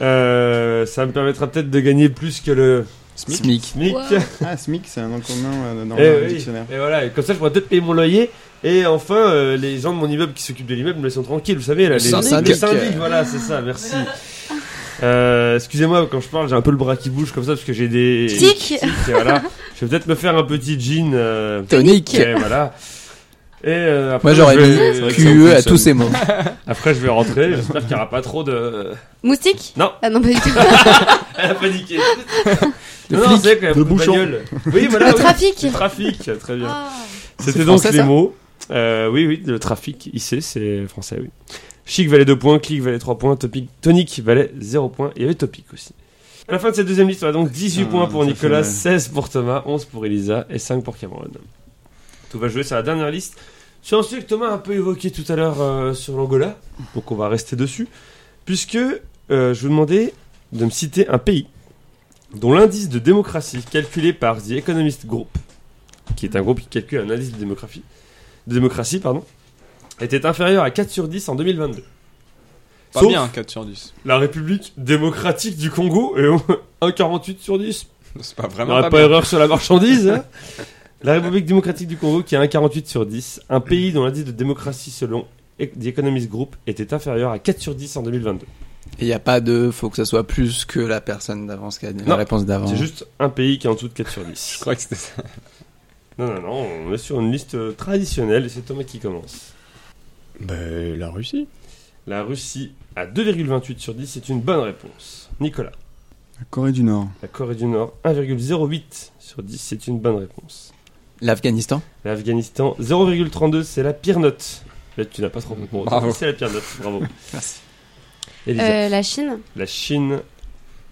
[SPEAKER 1] Euh, ça me permettra peut-être de gagner plus que le
[SPEAKER 5] Smic.
[SPEAKER 1] SMIC.
[SPEAKER 3] Wow.
[SPEAKER 4] Ah, SMIC, c'est un nom commun euh, dans
[SPEAKER 1] Eh
[SPEAKER 4] le
[SPEAKER 1] oui.
[SPEAKER 4] dictionnaire.
[SPEAKER 1] Et voilà, et comme ça je pourrais peut-être payer mon loyer. Et enfin, euh, les gens de mon immeuble qui s'occupent de l'immeuble me laissent tranquille, vous savez. Là, les
[SPEAKER 5] syndic.
[SPEAKER 1] le syndic, voilà, c'est ça, merci. Euh, Excusez-moi, quand je parle, j'ai un peu le bras qui bouge comme ça parce que j'ai des.
[SPEAKER 3] Tic.
[SPEAKER 1] et voilà. Je vais peut-être me faire un petit jean. euh,
[SPEAKER 5] Tonique.
[SPEAKER 1] et voilà. Et euh, après,
[SPEAKER 5] Moi j'aurais
[SPEAKER 1] je vais-
[SPEAKER 5] mis QE à tous ces mots.
[SPEAKER 1] Après, je vais rentrer. J'espère qu'il n'y aura pas trop de.
[SPEAKER 3] Moustique.
[SPEAKER 1] Non.
[SPEAKER 3] Ah non pas du tout.
[SPEAKER 1] Elle a paniqué.
[SPEAKER 5] Le
[SPEAKER 1] non, non,
[SPEAKER 5] flic.
[SPEAKER 1] c'est vrai qu'elle a
[SPEAKER 4] Le
[SPEAKER 1] beaucoup de
[SPEAKER 4] bouchon.
[SPEAKER 1] bagnole. Oui, voilà.
[SPEAKER 3] Le
[SPEAKER 1] oui.
[SPEAKER 3] trafic.
[SPEAKER 1] Le trafic, très bien.
[SPEAKER 3] Ah.
[SPEAKER 1] C'était
[SPEAKER 5] C'est
[SPEAKER 1] donc
[SPEAKER 5] français,
[SPEAKER 1] les
[SPEAKER 5] ça
[SPEAKER 1] mots. Euh, oui, oui, le trafic, IC, c'est français, oui. Chic valait 2 points, clic valait 3 points, topic, tonic valait 0 points, il y avait topic aussi. À la fin de cette deuxième liste, on a donc 18
[SPEAKER 5] Ah,
[SPEAKER 4] Putain,
[SPEAKER 1] points pour
[SPEAKER 4] ça
[SPEAKER 1] Nicolas,
[SPEAKER 4] fait
[SPEAKER 1] 16 pour Thomas, 11 pour Elisa et 5 pour Cameron. Tout va jouer sur la dernière liste. Sur un sujet que Thomas a un peu évoqué tout à l'heure euh, sur l'Angola, donc on va rester dessus, puisque euh, je vous demandais de me citer un pays dont l'indice de démocratie calculé par The Economist Group, qui est un groupe qui calcule un indice de démocratie, de démocratie pardon, était inférieur à 4 sur 10 en 2022.
[SPEAKER 2] Pas
[SPEAKER 1] Sauf
[SPEAKER 2] bien, 4 sur 10.
[SPEAKER 1] la République démocratique du Congo et 1,48 sur 10.
[SPEAKER 2] C'est pas
[SPEAKER 1] Il n'y
[SPEAKER 2] vraiment
[SPEAKER 1] aurait
[SPEAKER 2] pas,
[SPEAKER 1] pas,
[SPEAKER 2] bien.
[SPEAKER 1] erreur sur la marchandise. hein la République démocratique du Congo qui a 1,48 sur 10, un pays dont l'indice de démocratie selon E- The Economist Group était inférieur à 4 sur 10 en 2022.
[SPEAKER 5] Il n'y a pas de. Faut que ça soit plus que la personne d'avance qui a la
[SPEAKER 1] Non.
[SPEAKER 5] réponse d'avant.
[SPEAKER 1] C'est juste un pays qui est en dessous de 4 sur 10.
[SPEAKER 2] Je crois que c'était ça.
[SPEAKER 1] Non, non, non, on est sur une liste euh, traditionnelle et c'est Thomas qui commence.
[SPEAKER 6] Bah, la Russie.
[SPEAKER 1] La Russie à 2,28 sur 10, c'est une bonne réponse. Nicolas,
[SPEAKER 4] La Corée du Nord.
[SPEAKER 1] la Corée du Nord 1,08 sur 10, c'est une bonne réponse.
[SPEAKER 5] L'Afghanistan.
[SPEAKER 1] L'Afghanistan 0,32, c'est la pire note. Là, tu n'as pas trop compris.
[SPEAKER 2] Bravo.
[SPEAKER 1] C'est la pire note, bravo.
[SPEAKER 5] Merci.
[SPEAKER 1] Elisa,
[SPEAKER 3] Euh, la Chine.
[SPEAKER 1] la Chine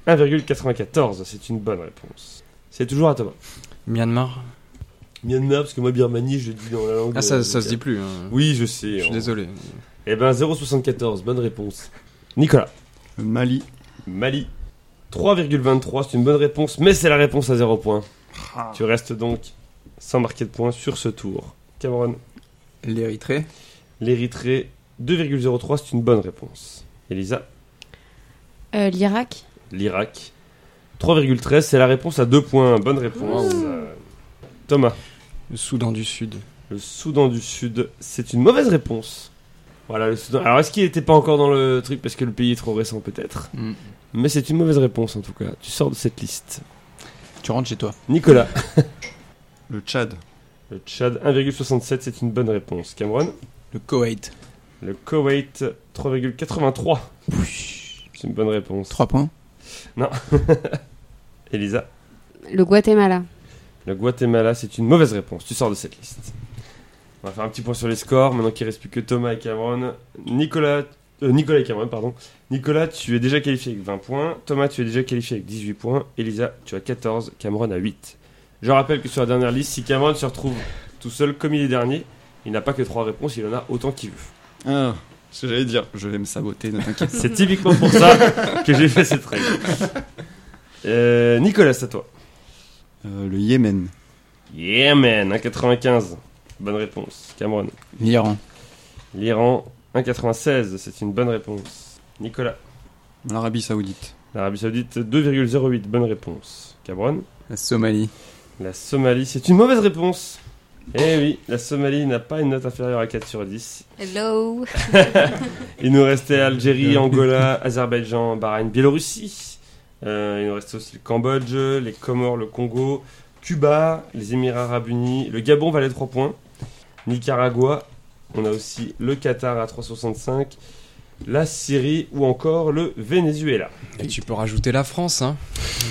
[SPEAKER 1] 1,94, c'est une bonne réponse. C'est toujours à Thomas.
[SPEAKER 2] Myanmar
[SPEAKER 1] Myanmar, parce que moi, Birmanie, je le dis dans la langue.
[SPEAKER 2] Ah, ça,
[SPEAKER 1] euh,
[SPEAKER 2] ça se dit
[SPEAKER 1] locale.
[SPEAKER 2] plus. hein.
[SPEAKER 1] Oui, je sais.
[SPEAKER 2] Je suis
[SPEAKER 1] on-
[SPEAKER 2] désolé.
[SPEAKER 1] Eh ben, 0,74, bonne réponse. Nicolas.
[SPEAKER 4] Mali.
[SPEAKER 1] Mali. 3,23, c'est une bonne réponse, mais c'est la réponse à 0 point. Tu restes donc sans marquer de points sur ce tour. Cameron.
[SPEAKER 5] L'Érythrée.
[SPEAKER 1] L'Érythrée, 2,03, c'est une bonne réponse. Elisa.
[SPEAKER 3] Euh, L'Irak
[SPEAKER 1] L'Irak. 3,13, c'est la réponse à 2 points. Bonne réponse. Euh, Thomas.
[SPEAKER 2] Le Soudan du Sud.
[SPEAKER 1] Le Soudan du Sud, c'est une mauvaise réponse. Voilà, le Soudan. Alors, est-ce qu'il n'était pas encore dans le truc parce que le pays est trop récent, peut-être
[SPEAKER 5] Mm.
[SPEAKER 1] Mais c'est une mauvaise réponse en tout cas. Tu sors de cette liste.
[SPEAKER 5] Tu rentres chez toi.
[SPEAKER 1] Nicolas.
[SPEAKER 4] Le Tchad.
[SPEAKER 1] Le Tchad, 1,67, c'est une bonne réponse. Cameron.
[SPEAKER 5] Le Koweït.
[SPEAKER 1] Le Koweït, 3,83. C'est une bonne réponse.
[SPEAKER 5] 3 points.
[SPEAKER 1] Elisa.
[SPEAKER 3] Le Guatemala
[SPEAKER 1] Le Guatemala, c'est une mauvaise réponse. Tu sors de cette liste. On va faire un petit point sur les scores. Maintenant qu'il reste plus que Thomas et Cameron. Nicolas, euh, Nicolas et Cameron, pardon. Nicolas, tu es déjà qualifié avec 20 points. Thomas, tu es déjà qualifié avec 18 points. Elisa, tu as 14. Cameron a 8. Je rappelle que sur la dernière liste, si Cameron se retrouve tout seul comme il est dernier, il n'a pas que 3 réponses, il en a autant qu'il veut.
[SPEAKER 4] Ah, ce que j'allais dire. Je vais me saboter, ne t'inquiète.
[SPEAKER 1] C'est typiquement pour ça que j'ai fait cette règle. Euh, Nicolas, c'est à toi.
[SPEAKER 4] Euh, le Yémen.
[SPEAKER 1] Yeah man, 1,95. Bonne réponse. Cameron.
[SPEAKER 5] L'Iran.
[SPEAKER 1] L'Iran, 1,96. C'est une bonne réponse. Nicolas.
[SPEAKER 4] L'Arabie Saoudite.
[SPEAKER 1] L'Arabie Saoudite, 2,08. Bonne réponse. Cameron.
[SPEAKER 5] La Somalie.
[SPEAKER 1] La Somalie, c'est une mauvaise réponse. Eh oui, la Somalie n'a pas une note inférieure à 4 sur 10.
[SPEAKER 3] Hello
[SPEAKER 1] Il nous restait Algérie, Angola, Azerbaïdjan, Bahreïn, Biélorussie. Euh, il nous restait aussi le Cambodge, les Comores, le Congo, Cuba, les Émirats Arabes Unis. Le Gabon valait 3 points. Nicaragua. On a aussi le Qatar à 3,65. La Syrie ou encore le Venezuela.
[SPEAKER 2] Et tu peux rajouter la France, hein,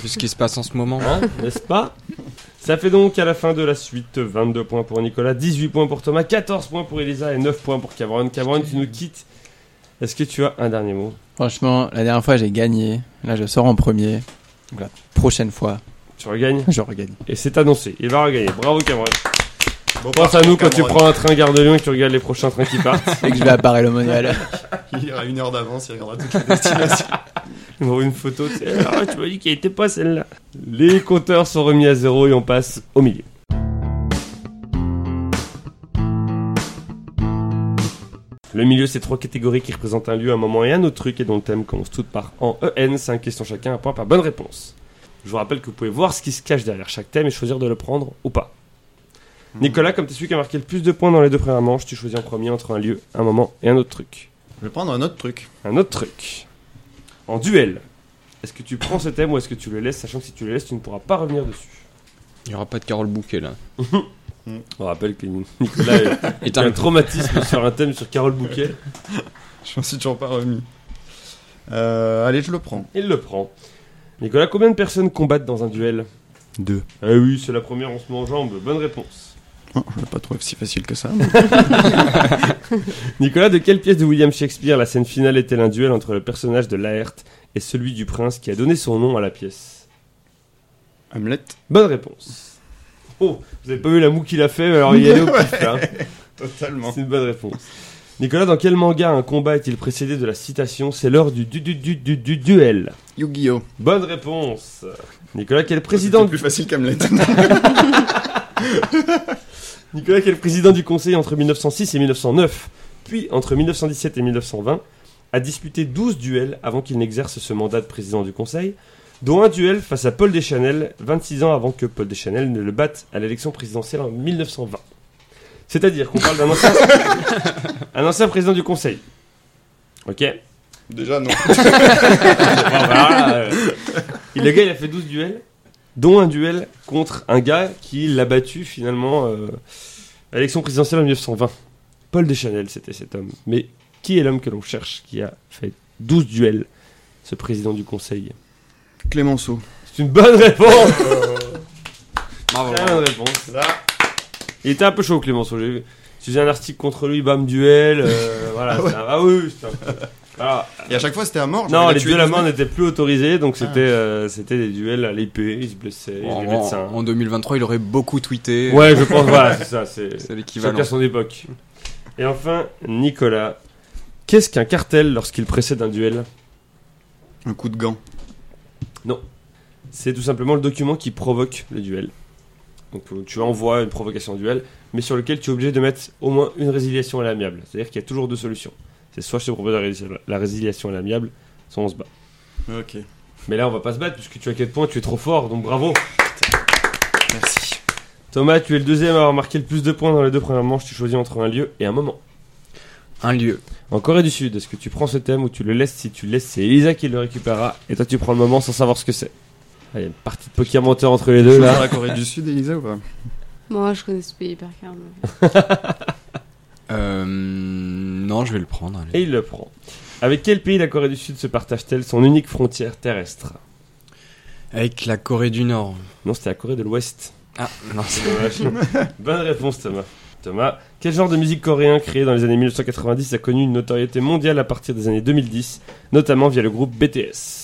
[SPEAKER 2] vu ce qui se passe en ce moment.
[SPEAKER 1] Hein, N'est-ce pas Ça fait donc à la fin de la suite 22 points pour Nicolas, 18 points pour Thomas, 14 points pour Elisa et 9 points pour Cameron. Cameron, tu nous quittes. Est-ce que tu as un dernier mot
[SPEAKER 5] Franchement, la dernière fois j'ai gagné. Là je sors en premier. Donc, la prochaine fois,
[SPEAKER 1] Tu regagnes
[SPEAKER 5] je regagne.
[SPEAKER 1] Et c'est annoncé, il va regagner. Bravo Cameron. Pense à nous quand tu prends un train Gare de Lyon et que tu regardes les prochains trains qui partent.
[SPEAKER 5] Et que je vais à Paris le Monial.
[SPEAKER 4] Il ira une heure d'avance, il regardera tout.
[SPEAKER 1] Ils vont avoir une photo, tu sais, Ah, tu m'as dit qu'il n'était pas celle-là. Les compteurs sont remis à zéro et on passe au milieu. Le milieu, c'est trois catégories qui représentent un lieu, un moment et un autre truc et dont le thème commence toutes par en EN, 5 questions chacun, un point par bonne réponse. Je vous rappelle que vous pouvez voir ce qui se cache derrière chaque thème et choisir de le prendre ou pas. Nicolas, comme tu es celui qui a marqué le plus de points dans les deux premières manches, tu choisis en premier entre un lieu, un moment et un autre truc
[SPEAKER 4] Je vais prendre un autre truc.
[SPEAKER 1] un autre truc. En duel, est-ce que tu prends ce thème ou est-ce que tu le laisses, sachant que si tu le laisses, tu ne pourras pas revenir dessus
[SPEAKER 2] Il n'y aura pas de Carole Bouquet, là.
[SPEAKER 1] On rappelle que Nicolas
[SPEAKER 2] Et
[SPEAKER 1] a
[SPEAKER 2] t'as
[SPEAKER 1] un traumatisme sur un thème sur Carole Bouquet.
[SPEAKER 4] Je m'en suis toujours pas remis. Euh, allez, je le prends.
[SPEAKER 1] Il le prend. Nicolas, combien de personnes combattent dans un duel
[SPEAKER 4] Deux.
[SPEAKER 1] Ah oui, c'est la première, on se met en jambes. Bonne réponse.
[SPEAKER 4] Oh, je l'ai pas trouvé si facile que ça.
[SPEAKER 1] Nicolas, de quelle pièce de William Shakespeare la scène finale est-elle un duel entre le personnage de Laerte et celui du prince qui a donné son nom à la pièce
[SPEAKER 4] Hamlet.
[SPEAKER 1] Bonne réponse. Oh, vous avez pas vu la moue qu'il a fait, mais alors il y est au pif là.
[SPEAKER 4] Totalement.
[SPEAKER 1] C'est une bonne réponse. Nicolas, dans quel manga un combat est-il précédé de la citation C'est l'heure du, du, du, du, du, du duel.
[SPEAKER 4] Yu-Gi-Oh.
[SPEAKER 1] Bonne réponse. Nicolas, quel président,
[SPEAKER 4] C'était plus facile qu'Hamlet.
[SPEAKER 1] Nicolas, quel président du conseil entre 1906 et 1909, puis entre 1917 et 1920, a disputé 12 duels avant qu'il n'exerce ce mandat de président du conseil, dont un duel face à Paul Deschanel, 26 ans avant que Paul Deschanel ne le batte à l'élection présidentielle en 1920. C'est-à-dire qu'on parle d'un ancien, un ancien président du conseil. Ok
[SPEAKER 4] Déjà, non.
[SPEAKER 1] Bon, voilà, euh, et le gars, il a fait 12 duels, dont un duel contre un gars qui l'a battu finalement euh, à l'élection présidentielle en 1920. Paul Deschanel, c'était cet homme. Mais qui est l'homme que l'on cherche qui a fait 12 duels, ce président du Conseil
[SPEAKER 4] Clémenceau.
[SPEAKER 1] C'est une bonne réponse
[SPEAKER 2] Bravo.
[SPEAKER 1] Très bonne réponse.
[SPEAKER 4] Là.
[SPEAKER 1] Il était un peu chaud, Clémenceau. J'ai vu. Tu faisais un article contre lui, bam, duel. euh, voilà, c'est un- ah oui, oui, c'est un- Alors,
[SPEAKER 4] Et à chaque fois, c'était à mort.
[SPEAKER 1] non,
[SPEAKER 4] j'aurais
[SPEAKER 1] les
[SPEAKER 4] tué
[SPEAKER 1] duels à
[SPEAKER 4] douze
[SPEAKER 1] mort
[SPEAKER 4] mecs.
[SPEAKER 1] n'étaient plus autorisés, donc
[SPEAKER 4] Ah.
[SPEAKER 1] c'était euh, c'était des duels à l'épée, ils se blessaient,
[SPEAKER 2] En,
[SPEAKER 1] les
[SPEAKER 2] en-
[SPEAKER 1] médecins.
[SPEAKER 2] en 2023, il aurait beaucoup tweeté.
[SPEAKER 1] Ouais, je pense, voilà, c'est ça, c'est
[SPEAKER 2] C'est l'équivalent.
[SPEAKER 1] chacun son époque. Et enfin, Nicolas, qu'est-ce qu'un cartel lorsqu'il précède un duel
[SPEAKER 4] Un coup de gant.
[SPEAKER 1] C'est tout simplement le document qui provoque le duel. Donc euh, tu envoies une provocation au duel, mais sur lequel tu es obligé de mettre au moins une résiliation à l'amiable. C'est-à-dire qu'il y a toujours deux solutions. C'est soit je te propose la rési- la résiliation à l'amiable, soit on se bat.
[SPEAKER 4] Ok.
[SPEAKER 1] Mais là on va pas se battre puisque tu as 4 points, tu es trop fort, donc bravo
[SPEAKER 4] Merci.
[SPEAKER 1] Thomas, tu es le deuxième à avoir marqué le plus de points dans les deux premières manches, tu choisis entre un lieu et un moment.
[SPEAKER 2] Un lieu.
[SPEAKER 1] En Corée du Sud, est-ce que tu prends ce thème ou tu le laisses Si tu le laisses, c'est Elisa qui le récupérera, et toi tu prends le moment sans savoir ce que c'est. Ah, Il y a une partie de poker menteur entre les deux
[SPEAKER 4] Tu vas
[SPEAKER 1] là.
[SPEAKER 4] à la Corée du Sud, Elisa, ou pas
[SPEAKER 3] Moi, je connais ce pays par cœur. mais-
[SPEAKER 2] Euh, non, je vais le prendre. allez.
[SPEAKER 1] Et il le prend. Avec quel pays la Corée du Sud se partage-t-elle son unique frontière terrestre
[SPEAKER 2] Avec la Corée du Nord.
[SPEAKER 1] Non, c'était la Corée de l'Ouest.
[SPEAKER 2] Ah, non, c'est-
[SPEAKER 1] Dommage. Bonne réponse, Thomas. Thomas, quel genre de musique coréen créé dans les années 1990 a connu une notoriété mondiale à partir des années 2010, notamment via le groupe BTS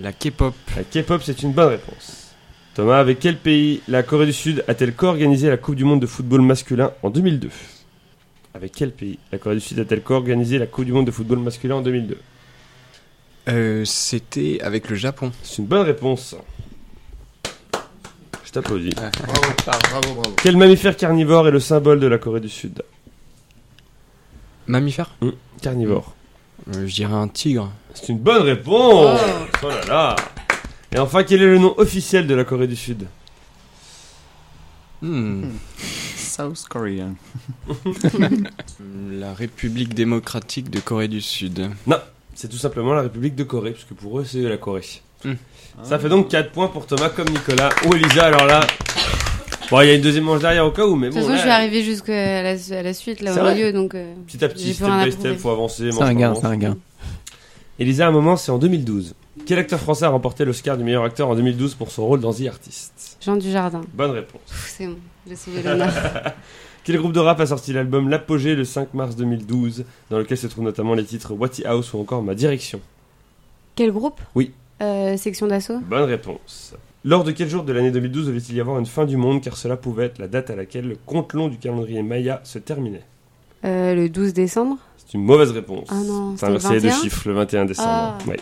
[SPEAKER 2] la K-pop.
[SPEAKER 1] La K-pop, c'est une bonne réponse. Thomas, avec quel pays la Corée du Sud a-t-elle co-organisé la Coupe du Monde de football masculin en 2002 Avec quel pays la Corée du Sud a-t-elle co-organisé la Coupe du Monde de football masculin en 2002
[SPEAKER 2] Euh, C'était avec le Japon.
[SPEAKER 1] C'est une bonne réponse. Je t'applaudis.
[SPEAKER 4] Bravo, bravo, bravo.
[SPEAKER 1] Quel mammifère carnivore est le symbole de la Corée du Sud
[SPEAKER 2] Mammifère
[SPEAKER 1] Carnivore.
[SPEAKER 2] Euh, Je dirais un tigre.
[SPEAKER 1] C'est une bonne réponse Oh là là Et enfin, quel est le nom officiel de la Corée du Sud
[SPEAKER 2] Hmm.
[SPEAKER 4] South Korea.
[SPEAKER 6] Hmm.
[SPEAKER 2] La République démocratique de Corée du Sud.
[SPEAKER 1] C'est tout simplement la République de Corée, puisque pour eux, c'est la Corée.
[SPEAKER 2] Hmm.
[SPEAKER 1] Ça fait donc 4 points pour Thomas comme Nicolas ou Elisa. Alors là, bon, il y a une deuxième manche derrière au cas où, mais
[SPEAKER 3] De
[SPEAKER 1] bon,
[SPEAKER 3] toute façon,
[SPEAKER 1] là,
[SPEAKER 3] je vais arriver jusqu'à la, à la suite, là,
[SPEAKER 1] C'est
[SPEAKER 3] au
[SPEAKER 1] vrai
[SPEAKER 3] milieu, donc... euh,
[SPEAKER 1] petit à
[SPEAKER 3] J'ai
[SPEAKER 1] petit,
[SPEAKER 3] plus
[SPEAKER 1] step
[SPEAKER 3] rien à
[SPEAKER 1] by step,
[SPEAKER 3] prouver.
[SPEAKER 1] faut avancer.
[SPEAKER 5] C'est
[SPEAKER 1] manche
[SPEAKER 5] un
[SPEAKER 1] par
[SPEAKER 5] gain,
[SPEAKER 1] manche.
[SPEAKER 5] c'est un gain.
[SPEAKER 1] Elisa, à un moment, c'est en 2012. Quel acteur français a remporté l'Oscar du meilleur acteur en 2012 pour son rôle dans The Artist
[SPEAKER 3] Jean du Jardin.
[SPEAKER 1] Bonne réponse.
[SPEAKER 3] C'est bon, j'ai sauvé l'honneur.
[SPEAKER 1] Quel groupe de rap a sorti l'album L'Apogée le 5 mars 2012, dans lequel se trouvent notamment les titres Watty House ou encore Ma Direction
[SPEAKER 3] Quel groupe
[SPEAKER 1] Oui.
[SPEAKER 3] Euh, section d'assaut
[SPEAKER 1] Bonne réponse. Lors de quel jour de l'année 2012 devait-il y avoir une fin du monde car cela pouvait être la date à laquelle le compte long du calendrier Maya se terminait
[SPEAKER 3] Euh, Le 12 décembre
[SPEAKER 1] C'est une mauvaise réponse.
[SPEAKER 3] Ah non,
[SPEAKER 1] c'est
[SPEAKER 3] c'était
[SPEAKER 1] inversé les deux
[SPEAKER 3] 21
[SPEAKER 1] chiffres, le 21 décembre.
[SPEAKER 3] Ah.
[SPEAKER 1] Ouais.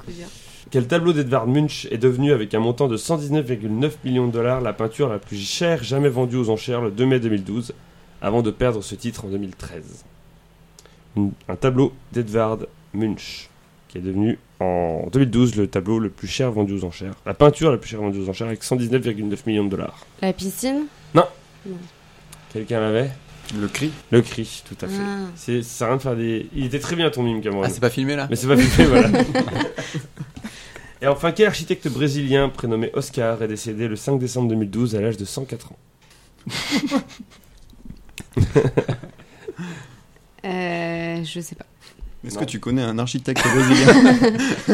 [SPEAKER 3] Coup dur.
[SPEAKER 1] Quel tableau d'Edvard Munch est devenu avec un montant de 119,9 millions de dollars la peinture la plus chère jamais vendue aux enchères le 2 mai 2012, avant de perdre ce titre en 2013 Une- Un tableau d'Edvard Munch, qui est devenu en 2012 le tableau le plus cher vendu aux enchères, la peinture la plus chère vendue aux enchères avec 119,9 millions de dollars.
[SPEAKER 3] La piscine
[SPEAKER 1] Quelqu'un l'avait
[SPEAKER 4] Le cri.
[SPEAKER 1] Le cri, tout à fait.
[SPEAKER 3] Ah.
[SPEAKER 1] C'est, ça sert à rien de faire des... Il était très bien ton mime, Cameron.
[SPEAKER 5] Ah, c'est pas filmé là
[SPEAKER 1] Mais c'est pas fait, voilà. Et enfin, quel architecte brésilien prénommé Oscar est décédé le 5 décembre 2012 à l'âge de 104 ans
[SPEAKER 3] Euh, je sais pas.
[SPEAKER 4] Est-ce
[SPEAKER 1] Non.
[SPEAKER 4] que tu connais un architecte brésilien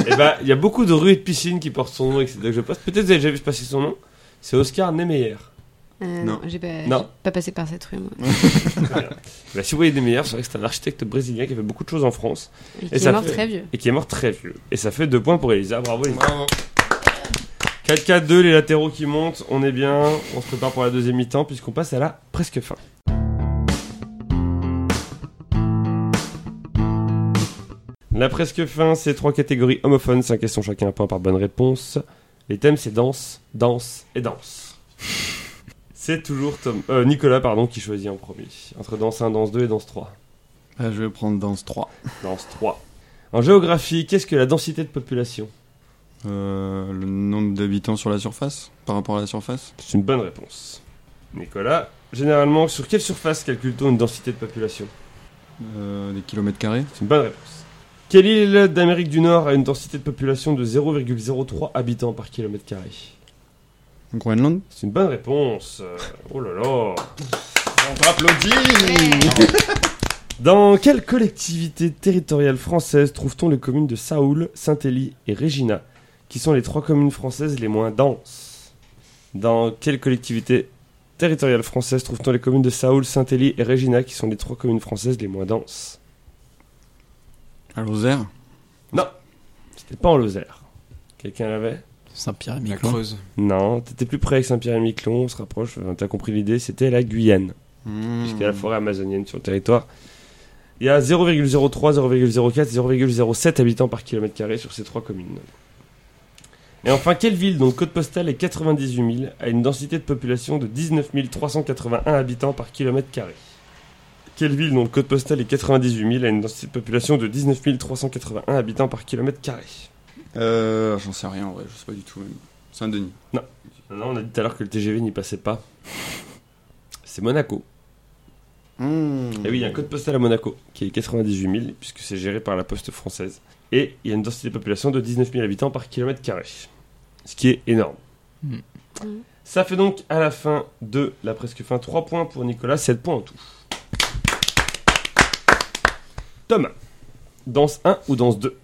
[SPEAKER 1] Et bah, il y a beaucoup de rues et de piscines qui portent son nom et que c'est de là que je passe. Peut-être vous avez déjà vu passer son nom. C'est Oscar Niemeyer.
[SPEAKER 3] Euh,
[SPEAKER 4] Non.
[SPEAKER 3] non, j'ai pas,
[SPEAKER 1] Non.
[SPEAKER 3] j'ai pas passé par cette rue, moi.
[SPEAKER 1] Bah, si vous voyez Niemeyer, c'est vrai que c'est un architecte brésilien qui a fait beaucoup de choses en France
[SPEAKER 3] Et qui
[SPEAKER 1] ça
[SPEAKER 3] est mort
[SPEAKER 1] fait-
[SPEAKER 3] très vieux.
[SPEAKER 1] et qui est mort très vieux. Et ça fait deux points pour Elisa. Bravo, Elisa.
[SPEAKER 4] Bravo.
[SPEAKER 1] 4-4-2, les latéraux qui montent, on est bien, on se prépare pour la deuxième mi-temps puisqu'on passe à la presque fin. La presque fin, c'est trois catégories homophones, 5 questions chacun, un point par bonne réponse. Les thèmes, c'est danse, danse et danse. C'est toujours Tom, euh, Nicolas pardon, qui choisit en premier, entre danse 1, danse 2 et danse 3.
[SPEAKER 4] Ah, je vais prendre danse 3.
[SPEAKER 1] Danse 3. En géographie, qu'est-ce que la densité de population
[SPEAKER 4] Euh, le nombre d'habitants sur la surface Par rapport à la surface
[SPEAKER 1] C'est une bonne réponse. Nicolas, généralement, sur quelle surface calcule-t-on une densité de population
[SPEAKER 4] euh, Des kilomètres carrés
[SPEAKER 1] C'est une bonne réponse. Quelle île d'Amérique du Nord a une densité de population de 0,03 habitants par kilomètre carré
[SPEAKER 4] Groenland
[SPEAKER 1] C'est une bonne réponse. Euh, Oh là là
[SPEAKER 4] On t'applaudit
[SPEAKER 1] Dans quelle collectivité territoriale française trouve-t-on les communes de Saoul, Saint-Élie et Régina, qui sont les trois communes françaises les moins denses Dans quelle collectivité territoriale française trouve-t-on les communes de Saoul, Saint-Élie et Régina, qui sont les trois communes françaises les moins denses
[SPEAKER 4] À Lozère
[SPEAKER 1] C'était pas en Lozère. Quelqu'un l'avait
[SPEAKER 5] Saint-Pierre et
[SPEAKER 2] La
[SPEAKER 5] Miquelon.
[SPEAKER 2] Creuse.
[SPEAKER 1] Non, t'étais plus près que Saint-Pierre-et-Miquelon, on se rapproche, euh, t'as compris l'idée, c'était la Guyane,
[SPEAKER 4] Mmh.
[SPEAKER 1] puisqu'il y a la forêt amazonienne sur le territoire. Il y a 0,03, 0,04, 0,07 habitants par kilomètre carré sur ces trois communes. Et enfin, quelle ville dont le code postal est 98 000 a une densité de population de 19 381 habitants par kilomètre carré Quelle ville dont le code postal est 98 000 a une densité de population de 19 381 habitants par kilomètre carré
[SPEAKER 4] Euh, J'en sais rien, ouais, je sais pas du tout. même. Saint-Denis.
[SPEAKER 1] Non, on a dit tout à l'heure que le TGV n'y passait pas. C'est Monaco.
[SPEAKER 4] Mmh.
[SPEAKER 1] Et Eh oui, il y a un code postal à Monaco qui est 98 000 puisque c'est géré par la Poste française. Et il y a une densité de population de 19 000 habitants par kilomètre carré. Ce qui est énorme.
[SPEAKER 5] Mm.
[SPEAKER 3] Mm.
[SPEAKER 1] Ça fait donc à la fin de la presque fin 3 points pour Nicolas, 7 points en tout. Thomas, danse 1 ou danse 2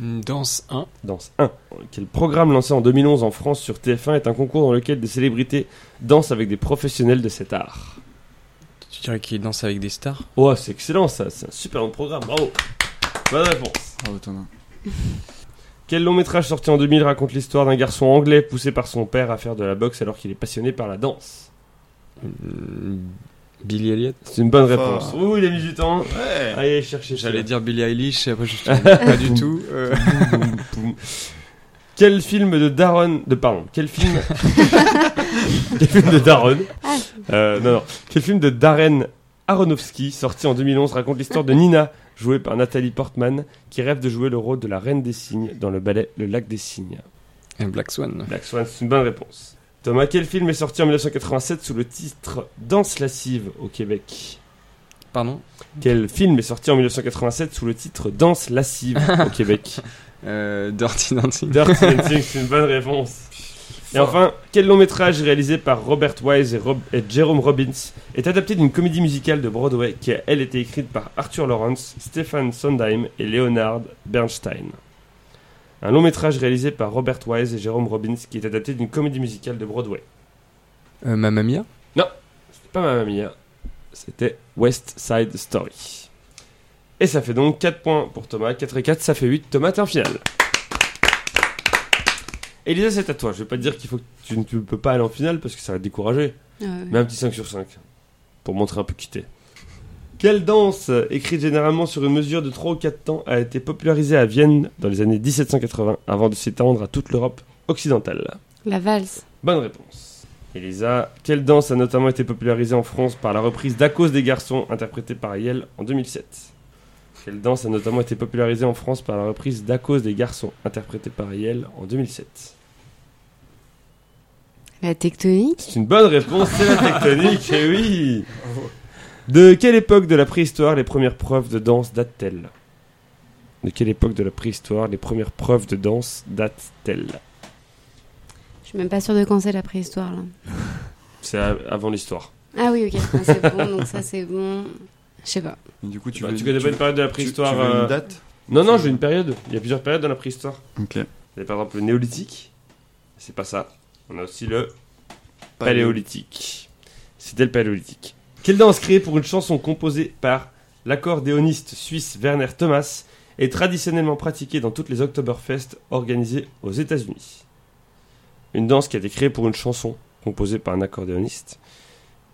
[SPEAKER 2] Une Danse
[SPEAKER 6] hein.
[SPEAKER 2] 1.
[SPEAKER 1] Danse 1, quel programme lancé en 2011 en France sur TF1 est un concours dans lequel des célébrités dansent avec des professionnels de cet art
[SPEAKER 6] Tu dirais qu'il danse avec des stars
[SPEAKER 1] Oh, c'est excellent ça, c'est un super bon programme, bravo. Bonne réponse.
[SPEAKER 4] Bravo, Ah, Thomas.
[SPEAKER 1] Quel long métrage sorti en 2000 raconte l'histoire d'un garçon anglais poussé par son père à faire de la boxe alors qu'il est passionné par la danse
[SPEAKER 6] Hmm, Billy Elliot
[SPEAKER 1] C'est une bonne
[SPEAKER 4] Enfin.
[SPEAKER 1] réponse. Ouh, il a mis du temps.
[SPEAKER 4] Ouais.
[SPEAKER 1] Allez, chercher
[SPEAKER 6] J'allais
[SPEAKER 1] cela.
[SPEAKER 6] dire Billy Eilish et après je suis pas du tout. euh.
[SPEAKER 1] Poum. Quel film de Darren de pardon, quel film Quel film de Darren
[SPEAKER 3] Ah.
[SPEAKER 1] Euh, non non, quel film de Darren Aronofsky sorti en 2011 raconte l'histoire de Nina jouée par Nathalie Portman qui rêve de jouer le rôle de la reine des cygnes dans le ballet Le Lac des cygnes.
[SPEAKER 6] Et Black Swan.
[SPEAKER 1] Black Swan, c'est une bonne réponse. Thomas, quel film est sorti en 1987 sous le titre Danse lascive au Québec
[SPEAKER 6] Pardon
[SPEAKER 1] Quel film est sorti en 1987 sous le titre Danse lascive au Québec
[SPEAKER 6] Euh, Dirty Dancing.
[SPEAKER 1] Dirty Dancing, c'est une bonne réponse. Et enfin, quel long métrage réalisé par Robert Wise et, Rob- et Jerome Robbins est adapté d'une comédie musicale de Broadway qui a, elle, été écrite par Arthur Lawrence, Stephen Sondheim et Leonard Bernstein Un long métrage réalisé par Robert Wise et Jerome Robbins qui est adapté d'une comédie musicale de Broadway.
[SPEAKER 6] Euh, Mamma Mia
[SPEAKER 1] C'était pas Mamma Mia, c'était West Side Story. Et ça fait donc 4 points pour Thomas, 4 et 4, ça fait 8. Thomas, t'es en finale. Elisa, c'est à toi. Je vais pas te dire qu'il faut que tu ne tu peux pas aller en finale parce que ça va te décourager.
[SPEAKER 3] Euh,
[SPEAKER 1] Mais un petit 5 sur 5 pour montrer un peu qui t'es. Quelle danse, écrite généralement sur une mesure de 3 ou 4 temps, a été popularisée à Vienne dans les années 1780 avant de s'étendre à toute l'Europe occidentale
[SPEAKER 3] La valse.
[SPEAKER 1] Bonne réponse. Elisa, quelle danse a notamment été popularisée en France par la reprise d'À cause des garçons interprétée par Yel en 2007 Quelle danse a notamment été popularisée en France par la reprise d'À cause des garçons interprétée par Yel en 2007
[SPEAKER 3] La tectonique.
[SPEAKER 1] C'est une bonne réponse, c'est la tectonique, eh oui De quelle époque de la préhistoire les premières preuves de danse datent-elles De quelle époque de la préhistoire les premières preuves de danse datent-elles
[SPEAKER 3] Je suis même pas sûre de quand c'est la préhistoire là.
[SPEAKER 1] C'est a- avant l'histoire.
[SPEAKER 3] Ah oui, ok. Ah, c'est bon, donc ça c'est bon. Je sais pas.
[SPEAKER 4] Et Du coup, tu
[SPEAKER 1] Bah,
[SPEAKER 4] veux,
[SPEAKER 1] tu connais pas une période de la
[SPEAKER 4] tu- tu
[SPEAKER 1] préhistoire
[SPEAKER 4] veux
[SPEAKER 1] euh,
[SPEAKER 4] une date
[SPEAKER 1] Non, non, j'ai une période. Il y a plusieurs périodes dans la préhistoire.
[SPEAKER 4] Ok.
[SPEAKER 1] Il y a par exemple le néolithique, c'est pas ça. On a aussi le paléolithique. C'était le paléolithique. Quelle danse créée pour une chanson composée par l'accordéoniste suisse Werner Thomas est traditionnellement pratiquée dans toutes les Oktoberfest organisées aux États-Unis Une danse qui a été créée pour une chanson composée par un accordéoniste.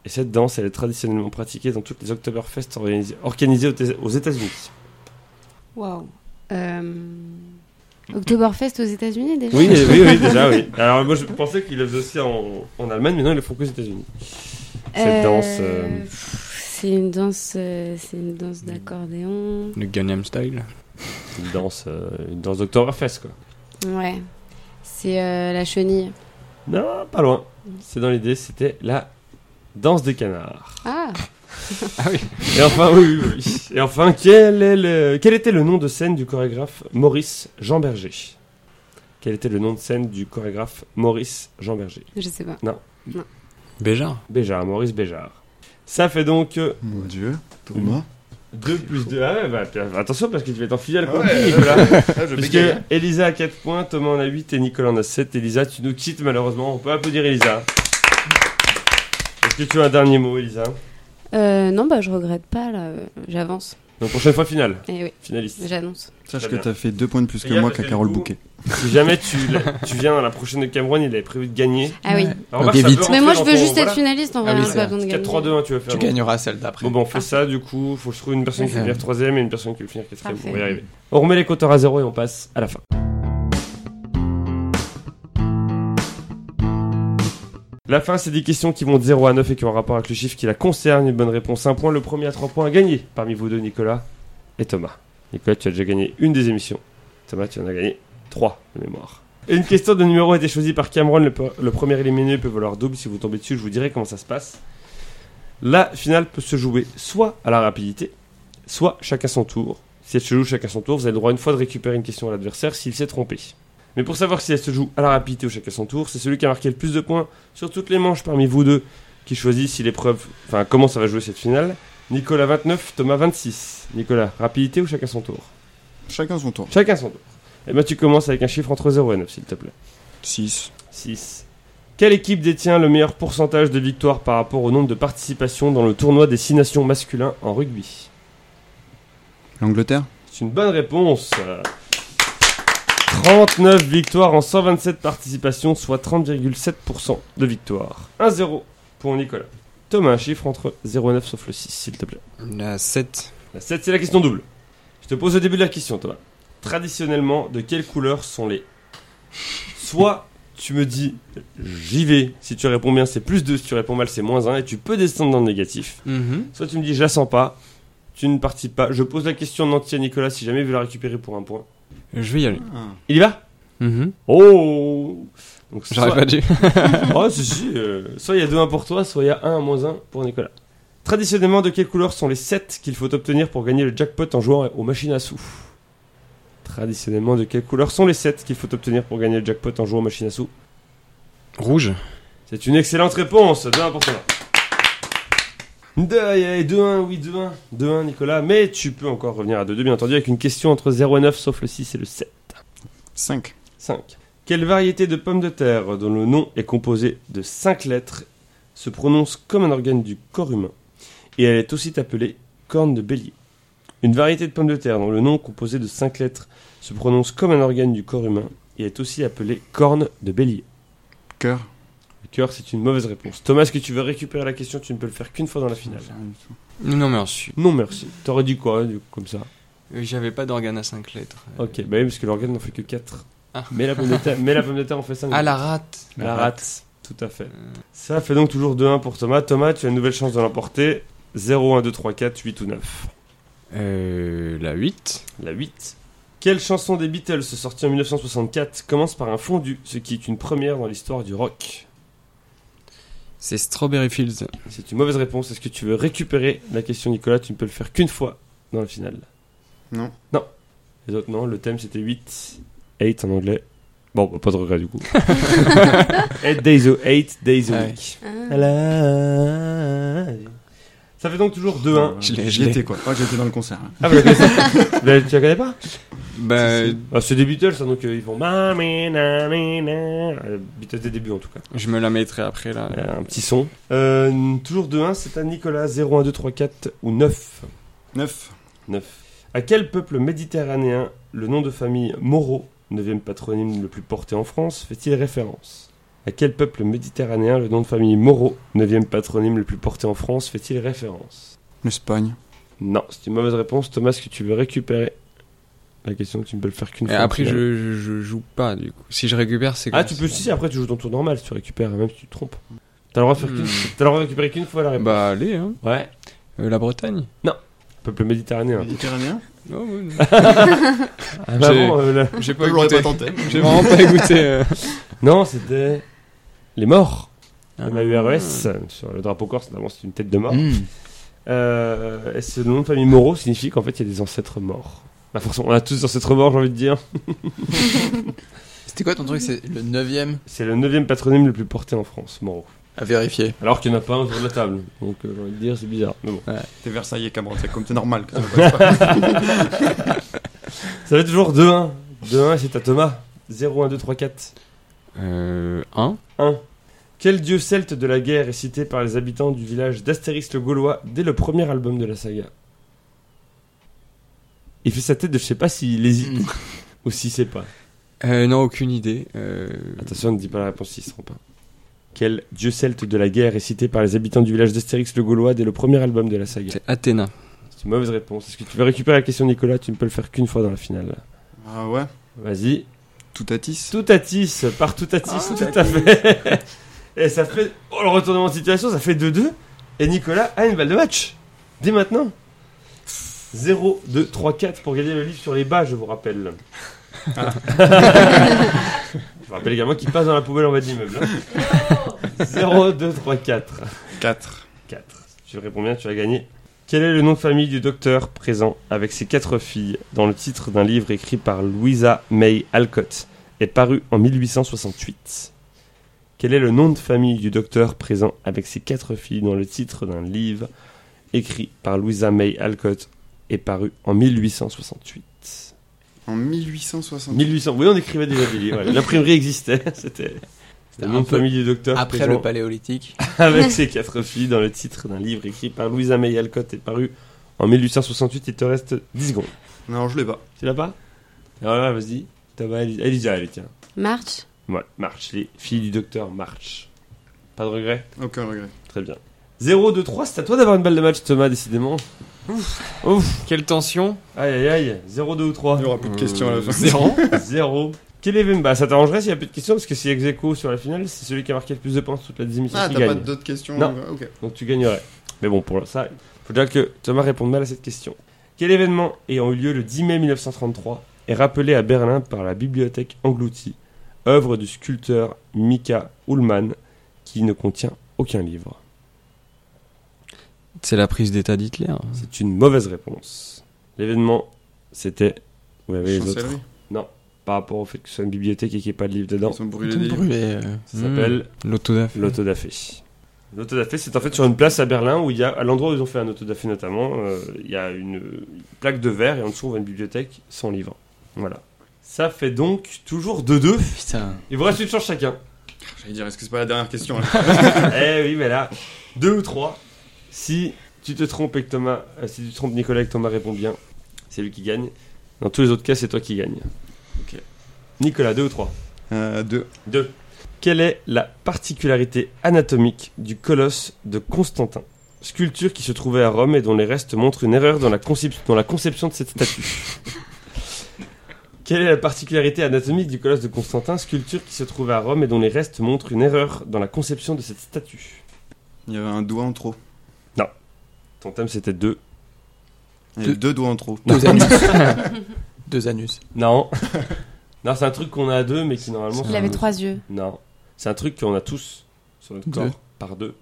[SPEAKER 1] Et cette danse, elle est traditionnellement pratiquée dans toutes les Oktoberfest organisées, organisées aux- aux États-Unis.
[SPEAKER 3] Waouh. Euh, Oktoberfest aux États-Unis déjà
[SPEAKER 1] Oui, oui, oui, déjà, oui. Alors, moi, je pensais qu'ils le faisaient aussi en, en Allemagne, mais non, ils le font qu'aux États-Unis. Cette
[SPEAKER 3] Euh,
[SPEAKER 1] danse. euh,
[SPEAKER 3] pff, C'est une danse, euh, c'est une danse d'accordéon.
[SPEAKER 6] Le Gangnam Style.
[SPEAKER 1] une danse. euh, une danse d'Octoberfest, quoi.
[SPEAKER 3] Ouais. C'est euh, la chenille.
[SPEAKER 1] Non, pas loin. C'est dans l'idée, c'était la danse des canards.
[SPEAKER 3] Ah
[SPEAKER 1] Et enfin, oui, oui, oui. Et enfin, quel, est le- quel était le nom de scène du chorégraphe Maurice Jean Berger Quel était le nom de scène du chorégraphe Maurice Jean Berger
[SPEAKER 3] Je sais pas.
[SPEAKER 6] Béjar.
[SPEAKER 1] Béjart, Maurice Béjart. Ça fait donc euh,
[SPEAKER 4] Mon dieu, Thomas.
[SPEAKER 1] 2 plus 2. Ah ouais, bah, puis, attention parce que tu vas être en filiale
[SPEAKER 4] Ouais,
[SPEAKER 1] comme
[SPEAKER 4] ouais,
[SPEAKER 1] Nicolas.
[SPEAKER 4] Ah, je
[SPEAKER 1] Puisque
[SPEAKER 4] bégaye.
[SPEAKER 1] Elisa a 4 points, Thomas en a 8 et Nicolas en a 7. Elisa, tu nous quittes malheureusement. On peut applaudir Elisa. Est-ce que tu as un dernier mot, Elisa
[SPEAKER 3] Euh, non, bah je regrette pas là. euh, J'avance.
[SPEAKER 1] Donc prochaine fois finale,
[SPEAKER 3] Eh oui,
[SPEAKER 1] finaliste.
[SPEAKER 3] j'annonce.
[SPEAKER 4] Sache
[SPEAKER 1] Très
[SPEAKER 4] que
[SPEAKER 1] bien.
[SPEAKER 4] t'as fait deux points de plus que
[SPEAKER 1] Regarde,
[SPEAKER 4] moi
[SPEAKER 1] j'ai
[SPEAKER 4] qu'à
[SPEAKER 1] fait
[SPEAKER 4] Carole
[SPEAKER 1] le coup.
[SPEAKER 4] Bouquet.
[SPEAKER 1] Si jamais tu, tu viens à la prochaine de Cameroun, il avait prévu de gagner.
[SPEAKER 3] Ah oui.
[SPEAKER 1] Alors,
[SPEAKER 5] Ok,
[SPEAKER 1] remarque, ça
[SPEAKER 5] vite.
[SPEAKER 1] peut rentrer
[SPEAKER 3] Mais moi, je
[SPEAKER 1] dans
[SPEAKER 3] veux
[SPEAKER 1] ton-
[SPEAKER 3] juste
[SPEAKER 1] voilà.
[SPEAKER 3] être finaliste en vrai.
[SPEAKER 5] Ah oui,
[SPEAKER 3] hein,
[SPEAKER 5] c'est
[SPEAKER 3] j'ai pas
[SPEAKER 5] vrai.
[SPEAKER 3] besoin de gagner.
[SPEAKER 1] 4-3-2-1, tu vas faire.
[SPEAKER 5] Tu gagneras celle d'après.
[SPEAKER 1] Bon, bon, on fait ça, du coup, faut que je trouve une personne qui va
[SPEAKER 5] Ouais.
[SPEAKER 1] finir troisième et une personne qui va finir quatrième.
[SPEAKER 3] Parfait.
[SPEAKER 1] On va y arriver. On remet les compteurs à zéro et on passe à la fin. La fin, c'est des questions qui vont de 0 à 9 et qui ont un rapport avec le chiffre qui la concerne. Une bonne réponse, un point. Le premier à 3 points à gagner parmi vous deux, Nicolas et Thomas. Nicolas, tu as déjà gagné une des émissions. Thomas, tu en as gagné 3 de mémoire. Et une question de numéro a été choisie par Cameron. Le, pe- le premier éliminé peut valoir double. Si vous tombez dessus, je vous dirai comment ça se passe. La finale peut se jouer soit à la rapidité, soit chacun son tour. Si elle se joue chacun son tour, vous avez le droit une fois de récupérer une question à l'adversaire s'il s'est trompé. Mais pour savoir si elle se joue à la rapidité ou chacun son tour, c'est celui qui a marqué le plus de points sur toutes les manches parmi vous deux qui choisit si l'épreuve, enfin comment ça va jouer cette finale. Nicolas 29, Thomas 26. Nicolas, rapidité ou chacun son tour
[SPEAKER 4] Chacun son tour.
[SPEAKER 1] Chacun son tour. Et bien tu commences avec un chiffre entre 0 et 9 s'il te plaît.
[SPEAKER 4] 6.
[SPEAKER 1] 6. Quelle équipe détient le meilleur pourcentage de victoires par rapport au nombre de participations dans le tournoi des 6 nations masculins en rugby
[SPEAKER 4] L'Angleterre
[SPEAKER 1] C'est une bonne réponse. Euh, 39 victoires en 127 participations, soit 30,7% de victoires. 1-0 pour Nicolas. Thomas, un chiffre entre 0 et 9 sauf le 6, s'il te plaît.
[SPEAKER 6] La 7.
[SPEAKER 1] La 7, c'est la question double. Je te pose au début de la question, Thomas. Traditionnellement, de quelle couleur sont les Soit tu me dis j'y vais, si tu réponds bien c'est plus 2, si tu réponds mal c'est moins 1, et tu peux descendre dans le négatif.
[SPEAKER 6] Mm-hmm.
[SPEAKER 1] Soit tu me dis je la sens pas, tu ne partis pas. Je pose la question en entier à Nicolas si jamais il veut la récupérer pour un point.
[SPEAKER 6] Je vais y aller.
[SPEAKER 1] Il y va
[SPEAKER 6] Mhm.
[SPEAKER 1] Oh Donc,
[SPEAKER 6] J'aurais
[SPEAKER 1] soit...
[SPEAKER 6] pas dû.
[SPEAKER 1] Oh, si, si, euh, soit il y a 2-1 pour toi, soit il y a 1 moins 1 pour Nicolas. Traditionnellement, de quelle couleur sont les 7 qu'il faut obtenir pour gagner le jackpot en jouant aux machines à sous Traditionnellement, de quelle couleur sont les 7 qu'il faut obtenir pour gagner le jackpot en jouant aux machines à sous
[SPEAKER 6] Rouge.
[SPEAKER 1] C'est une excellente réponse, 2-1 pour toi. 2-1, oui, 2-1. 2-1, Nicolas, mais tu peux encore revenir à 2-2, bien entendu, avec une question entre 0 et 9, sauf le 6 et le 7.
[SPEAKER 4] 5.
[SPEAKER 1] 5. Quelle variété de pommes de terre dont le nom est composé de 5 lettres se prononce comme un organe du corps humain et elle est aussi appelée corne de bélier Une variété de pommes de terre dont le nom composé de 5 lettres se prononce comme un organe du corps humain et est aussi appelée corne de bélier.
[SPEAKER 4] Cœur.
[SPEAKER 1] Le cœur, c'est une mauvaise réponse. Thomas, est-ce que tu veux récupérer la question Tu ne peux le faire qu'une fois dans la finale.
[SPEAKER 6] Non, mais ensuite.
[SPEAKER 1] Non, merci. T'aurais dit quoi, du- comme ça
[SPEAKER 6] euh, J'avais pas d'organe à 5 lettres. Euh,
[SPEAKER 1] Ok, bah oui, parce que l'organe n'en fait que 4.
[SPEAKER 6] Ah.
[SPEAKER 1] Mais, la pomme de terre, mais la pomme de terre en fait 5.
[SPEAKER 6] Ah, la rate.
[SPEAKER 1] La rate, tout à fait. Ça fait donc toujours 2-1 pour Thomas. Thomas, tu as une nouvelle chance de l'emporter. 0, 1, 2, 3, 4, 8 ou 9.
[SPEAKER 6] Euh, la 8.
[SPEAKER 1] La 8. Quelle chanson des Beatles sortie en 1964 commence par un fondu, ce qui est une première dans l'histoire du rock
[SPEAKER 6] C'est Strawberry Fields.
[SPEAKER 1] C'est une mauvaise réponse. Est-ce que tu veux récupérer la question, Nicolas Tu ne peux le faire qu'une fois dans la finale.
[SPEAKER 4] Non.
[SPEAKER 1] Non. Les autres, non. Le thème, c'était 8. 8 en anglais. Bon, bah, pas de regret du coup. 8 days a 8 days
[SPEAKER 5] Ah
[SPEAKER 1] a
[SPEAKER 5] ouais.
[SPEAKER 1] week.
[SPEAKER 3] Ah.
[SPEAKER 1] Ça fait donc toujours 2-1.
[SPEAKER 4] Je
[SPEAKER 6] l'ai-
[SPEAKER 4] l'ai
[SPEAKER 6] je l'ai.
[SPEAKER 4] j'étais Euh, quoi. Oh, j'étais dans le concert. là.
[SPEAKER 1] Ah, vous la connaissez Bah, Tu la connais pas
[SPEAKER 6] Bah,
[SPEAKER 4] Si, si.
[SPEAKER 1] Ah, C'est des Beatles, hein, donc euh, ils vont. Ma, mi, na, mi, na. Euh, Beatles des débuts en tout cas.
[SPEAKER 6] je me la mettrai après là.
[SPEAKER 1] Euh, un petit son. Euh, toujours 2-1, c'est à Nicolas 0, 1, 2, 3, 4 ou 9.
[SPEAKER 4] 9.
[SPEAKER 1] 9. À quel peuple méditerranéen le nom de famille Moreau, 9e patronyme le plus porté en France, fait-il référence À quel peuple méditerranéen le nom de famille Moreau, 9e patronyme le plus porté en France, fait-il référence
[SPEAKER 4] L'Espagne.
[SPEAKER 1] Non, c'est une mauvaise réponse. Thomas, est-ce que tu veux récupérer la question Tu ne peux le faire qu'une
[SPEAKER 6] Et
[SPEAKER 1] fois.
[SPEAKER 6] après,
[SPEAKER 1] au final.
[SPEAKER 6] je, je, je joue pas du coup. Si je récupère, c'est
[SPEAKER 1] Ah,
[SPEAKER 6] comme
[SPEAKER 1] tu
[SPEAKER 6] ça.
[SPEAKER 1] peux. Si, si, après, tu joues ton tour normal, si tu récupères, même si tu te trompes. T'as le droit de, faire
[SPEAKER 6] Hmm.
[SPEAKER 1] qu'une- t'as le droit de récupérer qu'une fois la réponse.
[SPEAKER 6] Bah, allez, hein.
[SPEAKER 1] Ouais,
[SPEAKER 6] Euh, la Bretagne.
[SPEAKER 1] peuple méditerranéen.
[SPEAKER 4] Méditerranéen
[SPEAKER 1] Oh,
[SPEAKER 6] Non, ouais, non.
[SPEAKER 1] Ah, bah
[SPEAKER 6] J'ai-
[SPEAKER 1] bon, euh, la-
[SPEAKER 6] J'ai pas
[SPEAKER 4] J'aurais
[SPEAKER 6] écouté.
[SPEAKER 4] pas tenté.
[SPEAKER 6] J'ai vraiment pas écouté. euh.
[SPEAKER 1] Non, c'était. Les morts.
[SPEAKER 6] Ah. Hmm.
[SPEAKER 1] La URS, E sur le drapeau corse, notamment, c'est une tête de mort.
[SPEAKER 4] Hmm.
[SPEAKER 5] Mmh.
[SPEAKER 1] Euh, et ce nom de famille Moreau signifie qu'en fait, il y a des ancêtres morts. Bah, forcément, on a tous des ancêtres morts, j'ai envie de dire.
[SPEAKER 5] C'était quoi ton truc C'est le 9
[SPEAKER 1] C'est le 9 patronyme le plus porté en France, Moreau.
[SPEAKER 5] à vérifier.
[SPEAKER 1] Alors qu'il n'y en a pas un autour de la table. Donc, euh, j'ai envie de dire, c'est bizarre. Mais bon.
[SPEAKER 4] T'es Versaillais, Cameron. C'est comme c'est normal. que ça me passe pas.
[SPEAKER 1] Ça fait toujours 2-1. 2-1, c'est à Thomas. 0, 1, 2, 3, 4.
[SPEAKER 6] Euh. 1.
[SPEAKER 1] 1. Quel dieu celte de la guerre est cité par les habitants du village d'Astérix le Gaulois dès le premier album de la saga Il fait sa tête de je sais pas s'il hésite ou s'il sait pas.
[SPEAKER 6] Euh, non, aucune idée. Euh,
[SPEAKER 1] Attention, ne dis pas la réponse s'il se trompe. hein. Quel dieu celte de la guerre est cité par les habitants du village d'Astérix le Gaulois dès le premier album de la saga
[SPEAKER 6] c'est Athéna.
[SPEAKER 1] C'est une mauvaise réponse. Est-ce que tu veux récupérer la question, Nicolas Tu ne peux le faire qu'une fois dans la finale.
[SPEAKER 4] Ah ouais
[SPEAKER 1] Vas-y.
[SPEAKER 4] Tout à 10
[SPEAKER 1] Tout à 10, par tout à 10, tout à fait. Et ça fait. Oh, le retournement de situation, ça fait 2-2. Et Nicolas a une balle de match. Dès maintenant. 0, 2, 3, 4 pour gagner le livre sur les bas, je vous rappelle. je vous rappelle également qu'il passe dans la poubelle en bas de l'immeuble. hein. 0, 2, 3, 4.
[SPEAKER 4] 4.
[SPEAKER 1] 4. Si tu réponds bien, tu as gagné. Quel est le nom de famille du docteur présent avec ses quatre filles dans le titre d'un livre écrit par Louisa May Alcott et paru en 1868 Quel est le nom de famille du docteur présent avec ses quatre filles dans le titre d'un livre écrit par Louisa May Alcott et paru en 1868
[SPEAKER 4] En 1860.
[SPEAKER 1] 1800. Oui, on écrivait déjà des livres. ouais. L'imprimerie existait. C'était c'était le nom de famille du docteur
[SPEAKER 5] Après
[SPEAKER 1] présent
[SPEAKER 5] le paléolithique.
[SPEAKER 1] avec ses quatre filles dans le titre d'un livre écrit par Louisa May Alcott et paru en 1868. Il te reste 10 secondes.
[SPEAKER 4] Non, je l'ai pas.
[SPEAKER 1] Tu l'as pas Alors là, vas-y. T'as pas Elisa, Elisa, allez, tiens.
[SPEAKER 3] March
[SPEAKER 1] Voilà, marche. Les filles du docteur marche. Pas de regret
[SPEAKER 4] Aucun regret.
[SPEAKER 1] Très bien. 0, 2, 3, c'est à toi d'avoir une balle de match, Thomas, décidément. Ouf, ouf,
[SPEAKER 6] Quelle tension
[SPEAKER 1] aïe aïe aïe, 0, 2 ou 3.
[SPEAKER 4] Il y aura plus de questions à la fin.
[SPEAKER 1] 0. Quel est Vemba Ça t'arrangerait s'il n'y a plus de questions, parce que si ex aequo sur la finale, c'est celui qui a marqué le plus de points sur toute la demi
[SPEAKER 4] Ah,
[SPEAKER 1] qui
[SPEAKER 4] t'as pas
[SPEAKER 1] gagne.
[SPEAKER 4] d'autres questions
[SPEAKER 1] Non.
[SPEAKER 4] euh, Ok.
[SPEAKER 1] Donc tu gagnerais. Mais bon, pour ça, il faut déjà que Thomas réponde mal à cette question. Quel événement ayant eu lieu le 10 mai 1933 est rappelé à Berlin par la bibliothèque engloutie, œuvre du sculpteur Mika Ullmann, qui ne contient aucun livre
[SPEAKER 6] C'est la prise d'état d'Hitler.
[SPEAKER 1] C'est une mauvaise réponse. L'événement, c'était. Vous l'avez les autres
[SPEAKER 4] Chancellerie.
[SPEAKER 1] Non, par rapport au fait que ce soit une bibliothèque et qu'il n'y ait pas de livre dedans.
[SPEAKER 4] Ils ont brûlé des
[SPEAKER 5] Tout
[SPEAKER 4] livres.
[SPEAKER 5] brûlé. euh,
[SPEAKER 1] Ça s'appelle
[SPEAKER 6] L'autodafé.
[SPEAKER 1] L'autodafé. L'autodafé, c'est en fait sur une place à Berlin où il y a, à l'endroit où ils ont fait un autodafé notamment, euh, il y a une plaque de verre et en dessous on voit une bibliothèque sans livres. Voilà. Ça fait donc toujours 2-2.
[SPEAKER 5] Putain.
[SPEAKER 1] Il vous reste une chance chacun.
[SPEAKER 4] J'allais dire, est-ce que c'est pas la dernière question là
[SPEAKER 1] eh oui, mais là, 2 ou 3. Si tu te trompes et que Thomas, euh, si tu trompes Nicolas et que Thomas répond bien, c'est lui qui gagne. Dans tous les autres cas, c'est toi qui gagne.
[SPEAKER 4] Ok.
[SPEAKER 1] Nicolas, 2 ou 3
[SPEAKER 4] euh, Deux.
[SPEAKER 1] 2. Quelle est la particularité anatomique du colosse de Constantin Sculpture qui se trouvait à Rome et dont les restes montrent une erreur dans la, concep- dans la conception de cette statue. Quelle est la particularité anatomique du colosse de Constantin Sculpture qui se trouvait à Rome et dont les restes montrent une erreur dans la conception de cette statue.
[SPEAKER 4] Il y avait un doigt en trop.
[SPEAKER 1] Ton thème c'était 2.
[SPEAKER 4] Il y avait deux doigts en trop.
[SPEAKER 5] Deux anus. Deux anus.
[SPEAKER 1] Non. non, c'est un truc qu'on a à deux mais qui normalement.
[SPEAKER 3] Il avait trois yeux.
[SPEAKER 1] Non. C'est un truc qu'on a tous sur notre
[SPEAKER 5] Deux.
[SPEAKER 1] corps par deux.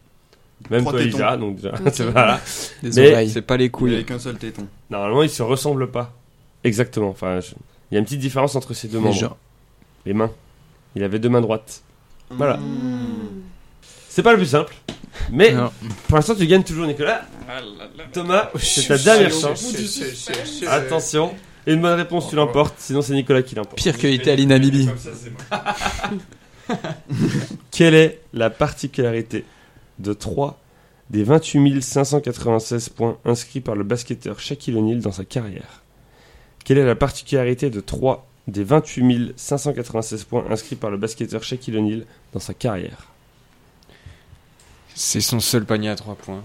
[SPEAKER 1] Même
[SPEAKER 4] Trois
[SPEAKER 1] toi,
[SPEAKER 4] tétons.
[SPEAKER 1] Elisa, donc déjà.
[SPEAKER 3] Ok.
[SPEAKER 1] voilà.
[SPEAKER 5] Des
[SPEAKER 1] Mais-
[SPEAKER 5] oreilles.
[SPEAKER 6] C'est pas les
[SPEAKER 4] Il n'y
[SPEAKER 6] couilles.
[SPEAKER 4] avait qu'un seul téton.
[SPEAKER 1] Normalement, ils se ressemblent pas. Exactement. Enfin, je- il y a une petite différence entre ces deux
[SPEAKER 5] Les
[SPEAKER 1] membres.
[SPEAKER 5] gens.
[SPEAKER 1] Les mains. Il avait deux mains droites. Voilà.
[SPEAKER 4] Mmh.
[SPEAKER 1] C'est pas le plus simple. Mais
[SPEAKER 5] Non.
[SPEAKER 1] pour l'instant, tu gagnes toujours, Nicolas. Thomas, c'est ta dernière chance. Attention. Et une bonne réponse, tu l'emportes. Sinon, c'est Nicolas qui l'emporte.
[SPEAKER 5] Pire que Italie Namibie.
[SPEAKER 1] Quelle est la particularité de 3 des 28 596 points inscrits par le basketteur Shaquille O'Neal dans sa carrière Quelle est la particularité de 3 des 28 596 points inscrits par le basketteur Shaquille O'Neal dans sa carrière
[SPEAKER 6] C'est son seul panier à 3 points.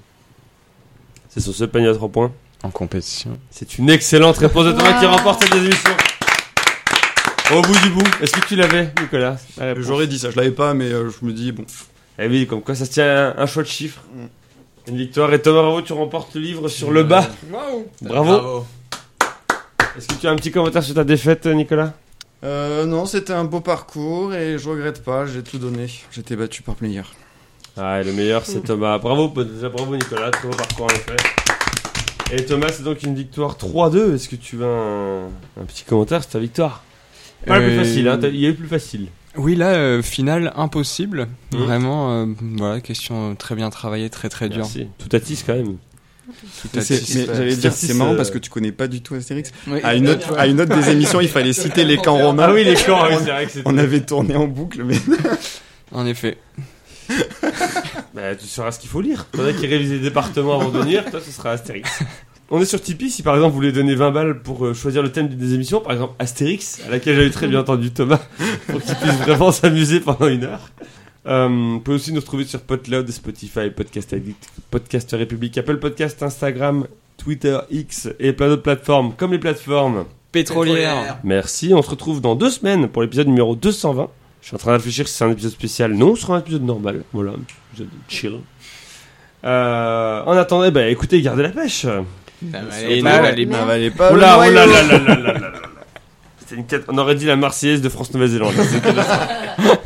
[SPEAKER 1] C'est sur ce panier à 3 points.
[SPEAKER 6] En compétition.
[SPEAKER 1] C'est une excellente réponse de Thomas qui
[SPEAKER 3] Wow.
[SPEAKER 1] remporte cette émission. Au bout du bout. Est-ce que tu l'avais, Nicolas la réponse
[SPEAKER 4] Euh, J'aurais dit ça, je l'avais pas, mais euh, je me dis, bon.
[SPEAKER 1] Eh oui, comme quoi ça se tient à un, un choix de chiffres.
[SPEAKER 4] Mm.
[SPEAKER 1] Une victoire. Et Thomas, bravo, tu remportes le livre sur le bas. bravo. Est-ce que tu as un petit commentaire sur ta défaite, Nicolas
[SPEAKER 4] Euh, non, c'était un beau parcours et je regrette pas, j'ai tout donné. J'étais battu par player.
[SPEAKER 1] Ah, et le meilleur, c'est Thomas. Bravo, déjà bravo, Nicolas. Très beau parcours, en effet. Et Thomas, c'est donc une victoire 3-2. Est-ce que tu as un, un petit commentaire sur ta victoire Pas le plus
[SPEAKER 6] Euh,
[SPEAKER 1] facile, hein. t'as- Il y a eu plus facile.
[SPEAKER 6] Oui, là, euh, finale impossible.
[SPEAKER 4] Mmh.
[SPEAKER 1] Mhm.
[SPEAKER 6] Vraiment, euh, voilà, question euh, très bien travaillée, très très dure.
[SPEAKER 1] Merci. Tout à 10 quand même.
[SPEAKER 6] Tout à
[SPEAKER 4] Mais c'est-
[SPEAKER 6] six.
[SPEAKER 4] mais j'allais dire,
[SPEAKER 1] Six,
[SPEAKER 4] c'est marrant
[SPEAKER 1] euh,
[SPEAKER 4] parce que tu connais pas du tout Astérix.
[SPEAKER 5] Oui.
[SPEAKER 4] À une autre, à une autre des émissions, il fallait citer les camps romains.
[SPEAKER 1] Ah oui, les camps, oui, c'est vrai que c'était.
[SPEAKER 4] On avait tourné en boucle, mais
[SPEAKER 6] En effet.
[SPEAKER 1] Bah, tu sauras ce qu'il faut lire. T'en as qui révisent les départements avant de venir, toi, ce sera Astérix. On est sur Tipeee, si par exemple vous voulez donner 20 balles pour euh, choisir le thème d'une des émissions, par exemple Astérix, à laquelle j'avais très bien entendu Thomas, pour qu'il puisse vraiment s'amuser pendant une heure. Euh, vous pouvez aussi nous retrouver sur Podcloud, Spotify, Podcast Addict, Podcast République, Apple Podcast, Instagram, Twitter, X et plein d'autres plateformes, comme les plateformes.
[SPEAKER 6] Pétrolière.
[SPEAKER 1] Merci, on se retrouve dans deux semaines pour l'épisode numéro 220. Je suis en train de réfléchir si c'est un épisode spécial. Non, ce sera un épisode normal. Voilà, un épisode chill. Euh, en attendant, bah, écoutez, gardez la pêche.
[SPEAKER 6] Et nous, elle est
[SPEAKER 3] Merde.
[SPEAKER 6] bien.
[SPEAKER 4] N'avalez pas
[SPEAKER 1] Oh
[SPEAKER 4] Euh, le
[SPEAKER 1] là, oh là
[SPEAKER 4] noyau.
[SPEAKER 1] là là là là là là là. C'était une cat- On aurait dit la Marseillaise de France-Nouvelle-Zélande. C'est catastrophe.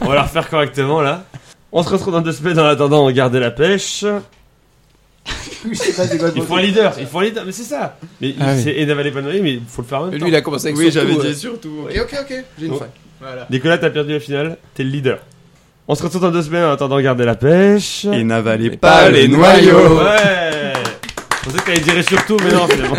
[SPEAKER 1] On va la refaire correctement là. On se retrouve dans deux semaines. En attendant, gardez la pêche. Il faut un leader. Il faut un leader. Mais c'est ça. Mais
[SPEAKER 5] Ah oui.
[SPEAKER 1] c'est et n'avalez pas de noyer, mais il faut le faire en même
[SPEAKER 2] Et
[SPEAKER 1] temps.
[SPEAKER 2] lui, il a commencé avec
[SPEAKER 4] Oui,
[SPEAKER 2] son
[SPEAKER 4] j'avais
[SPEAKER 2] coup,
[SPEAKER 4] dit
[SPEAKER 2] euh,
[SPEAKER 4] surtout. Et ok, ok, j'ai une
[SPEAKER 1] Oh.
[SPEAKER 4] faille.
[SPEAKER 1] Nicolas, t'as perdu la finale. T'es le leader. On se retrouve dans deux semaines. En attendant, gardez la pêche.
[SPEAKER 4] Et n'avalez
[SPEAKER 2] pas
[SPEAKER 4] pas
[SPEAKER 2] les
[SPEAKER 4] les
[SPEAKER 1] Ouais.
[SPEAKER 4] noyaux.
[SPEAKER 1] Je pensais que t'allais dire et surtout, mais non, finalement.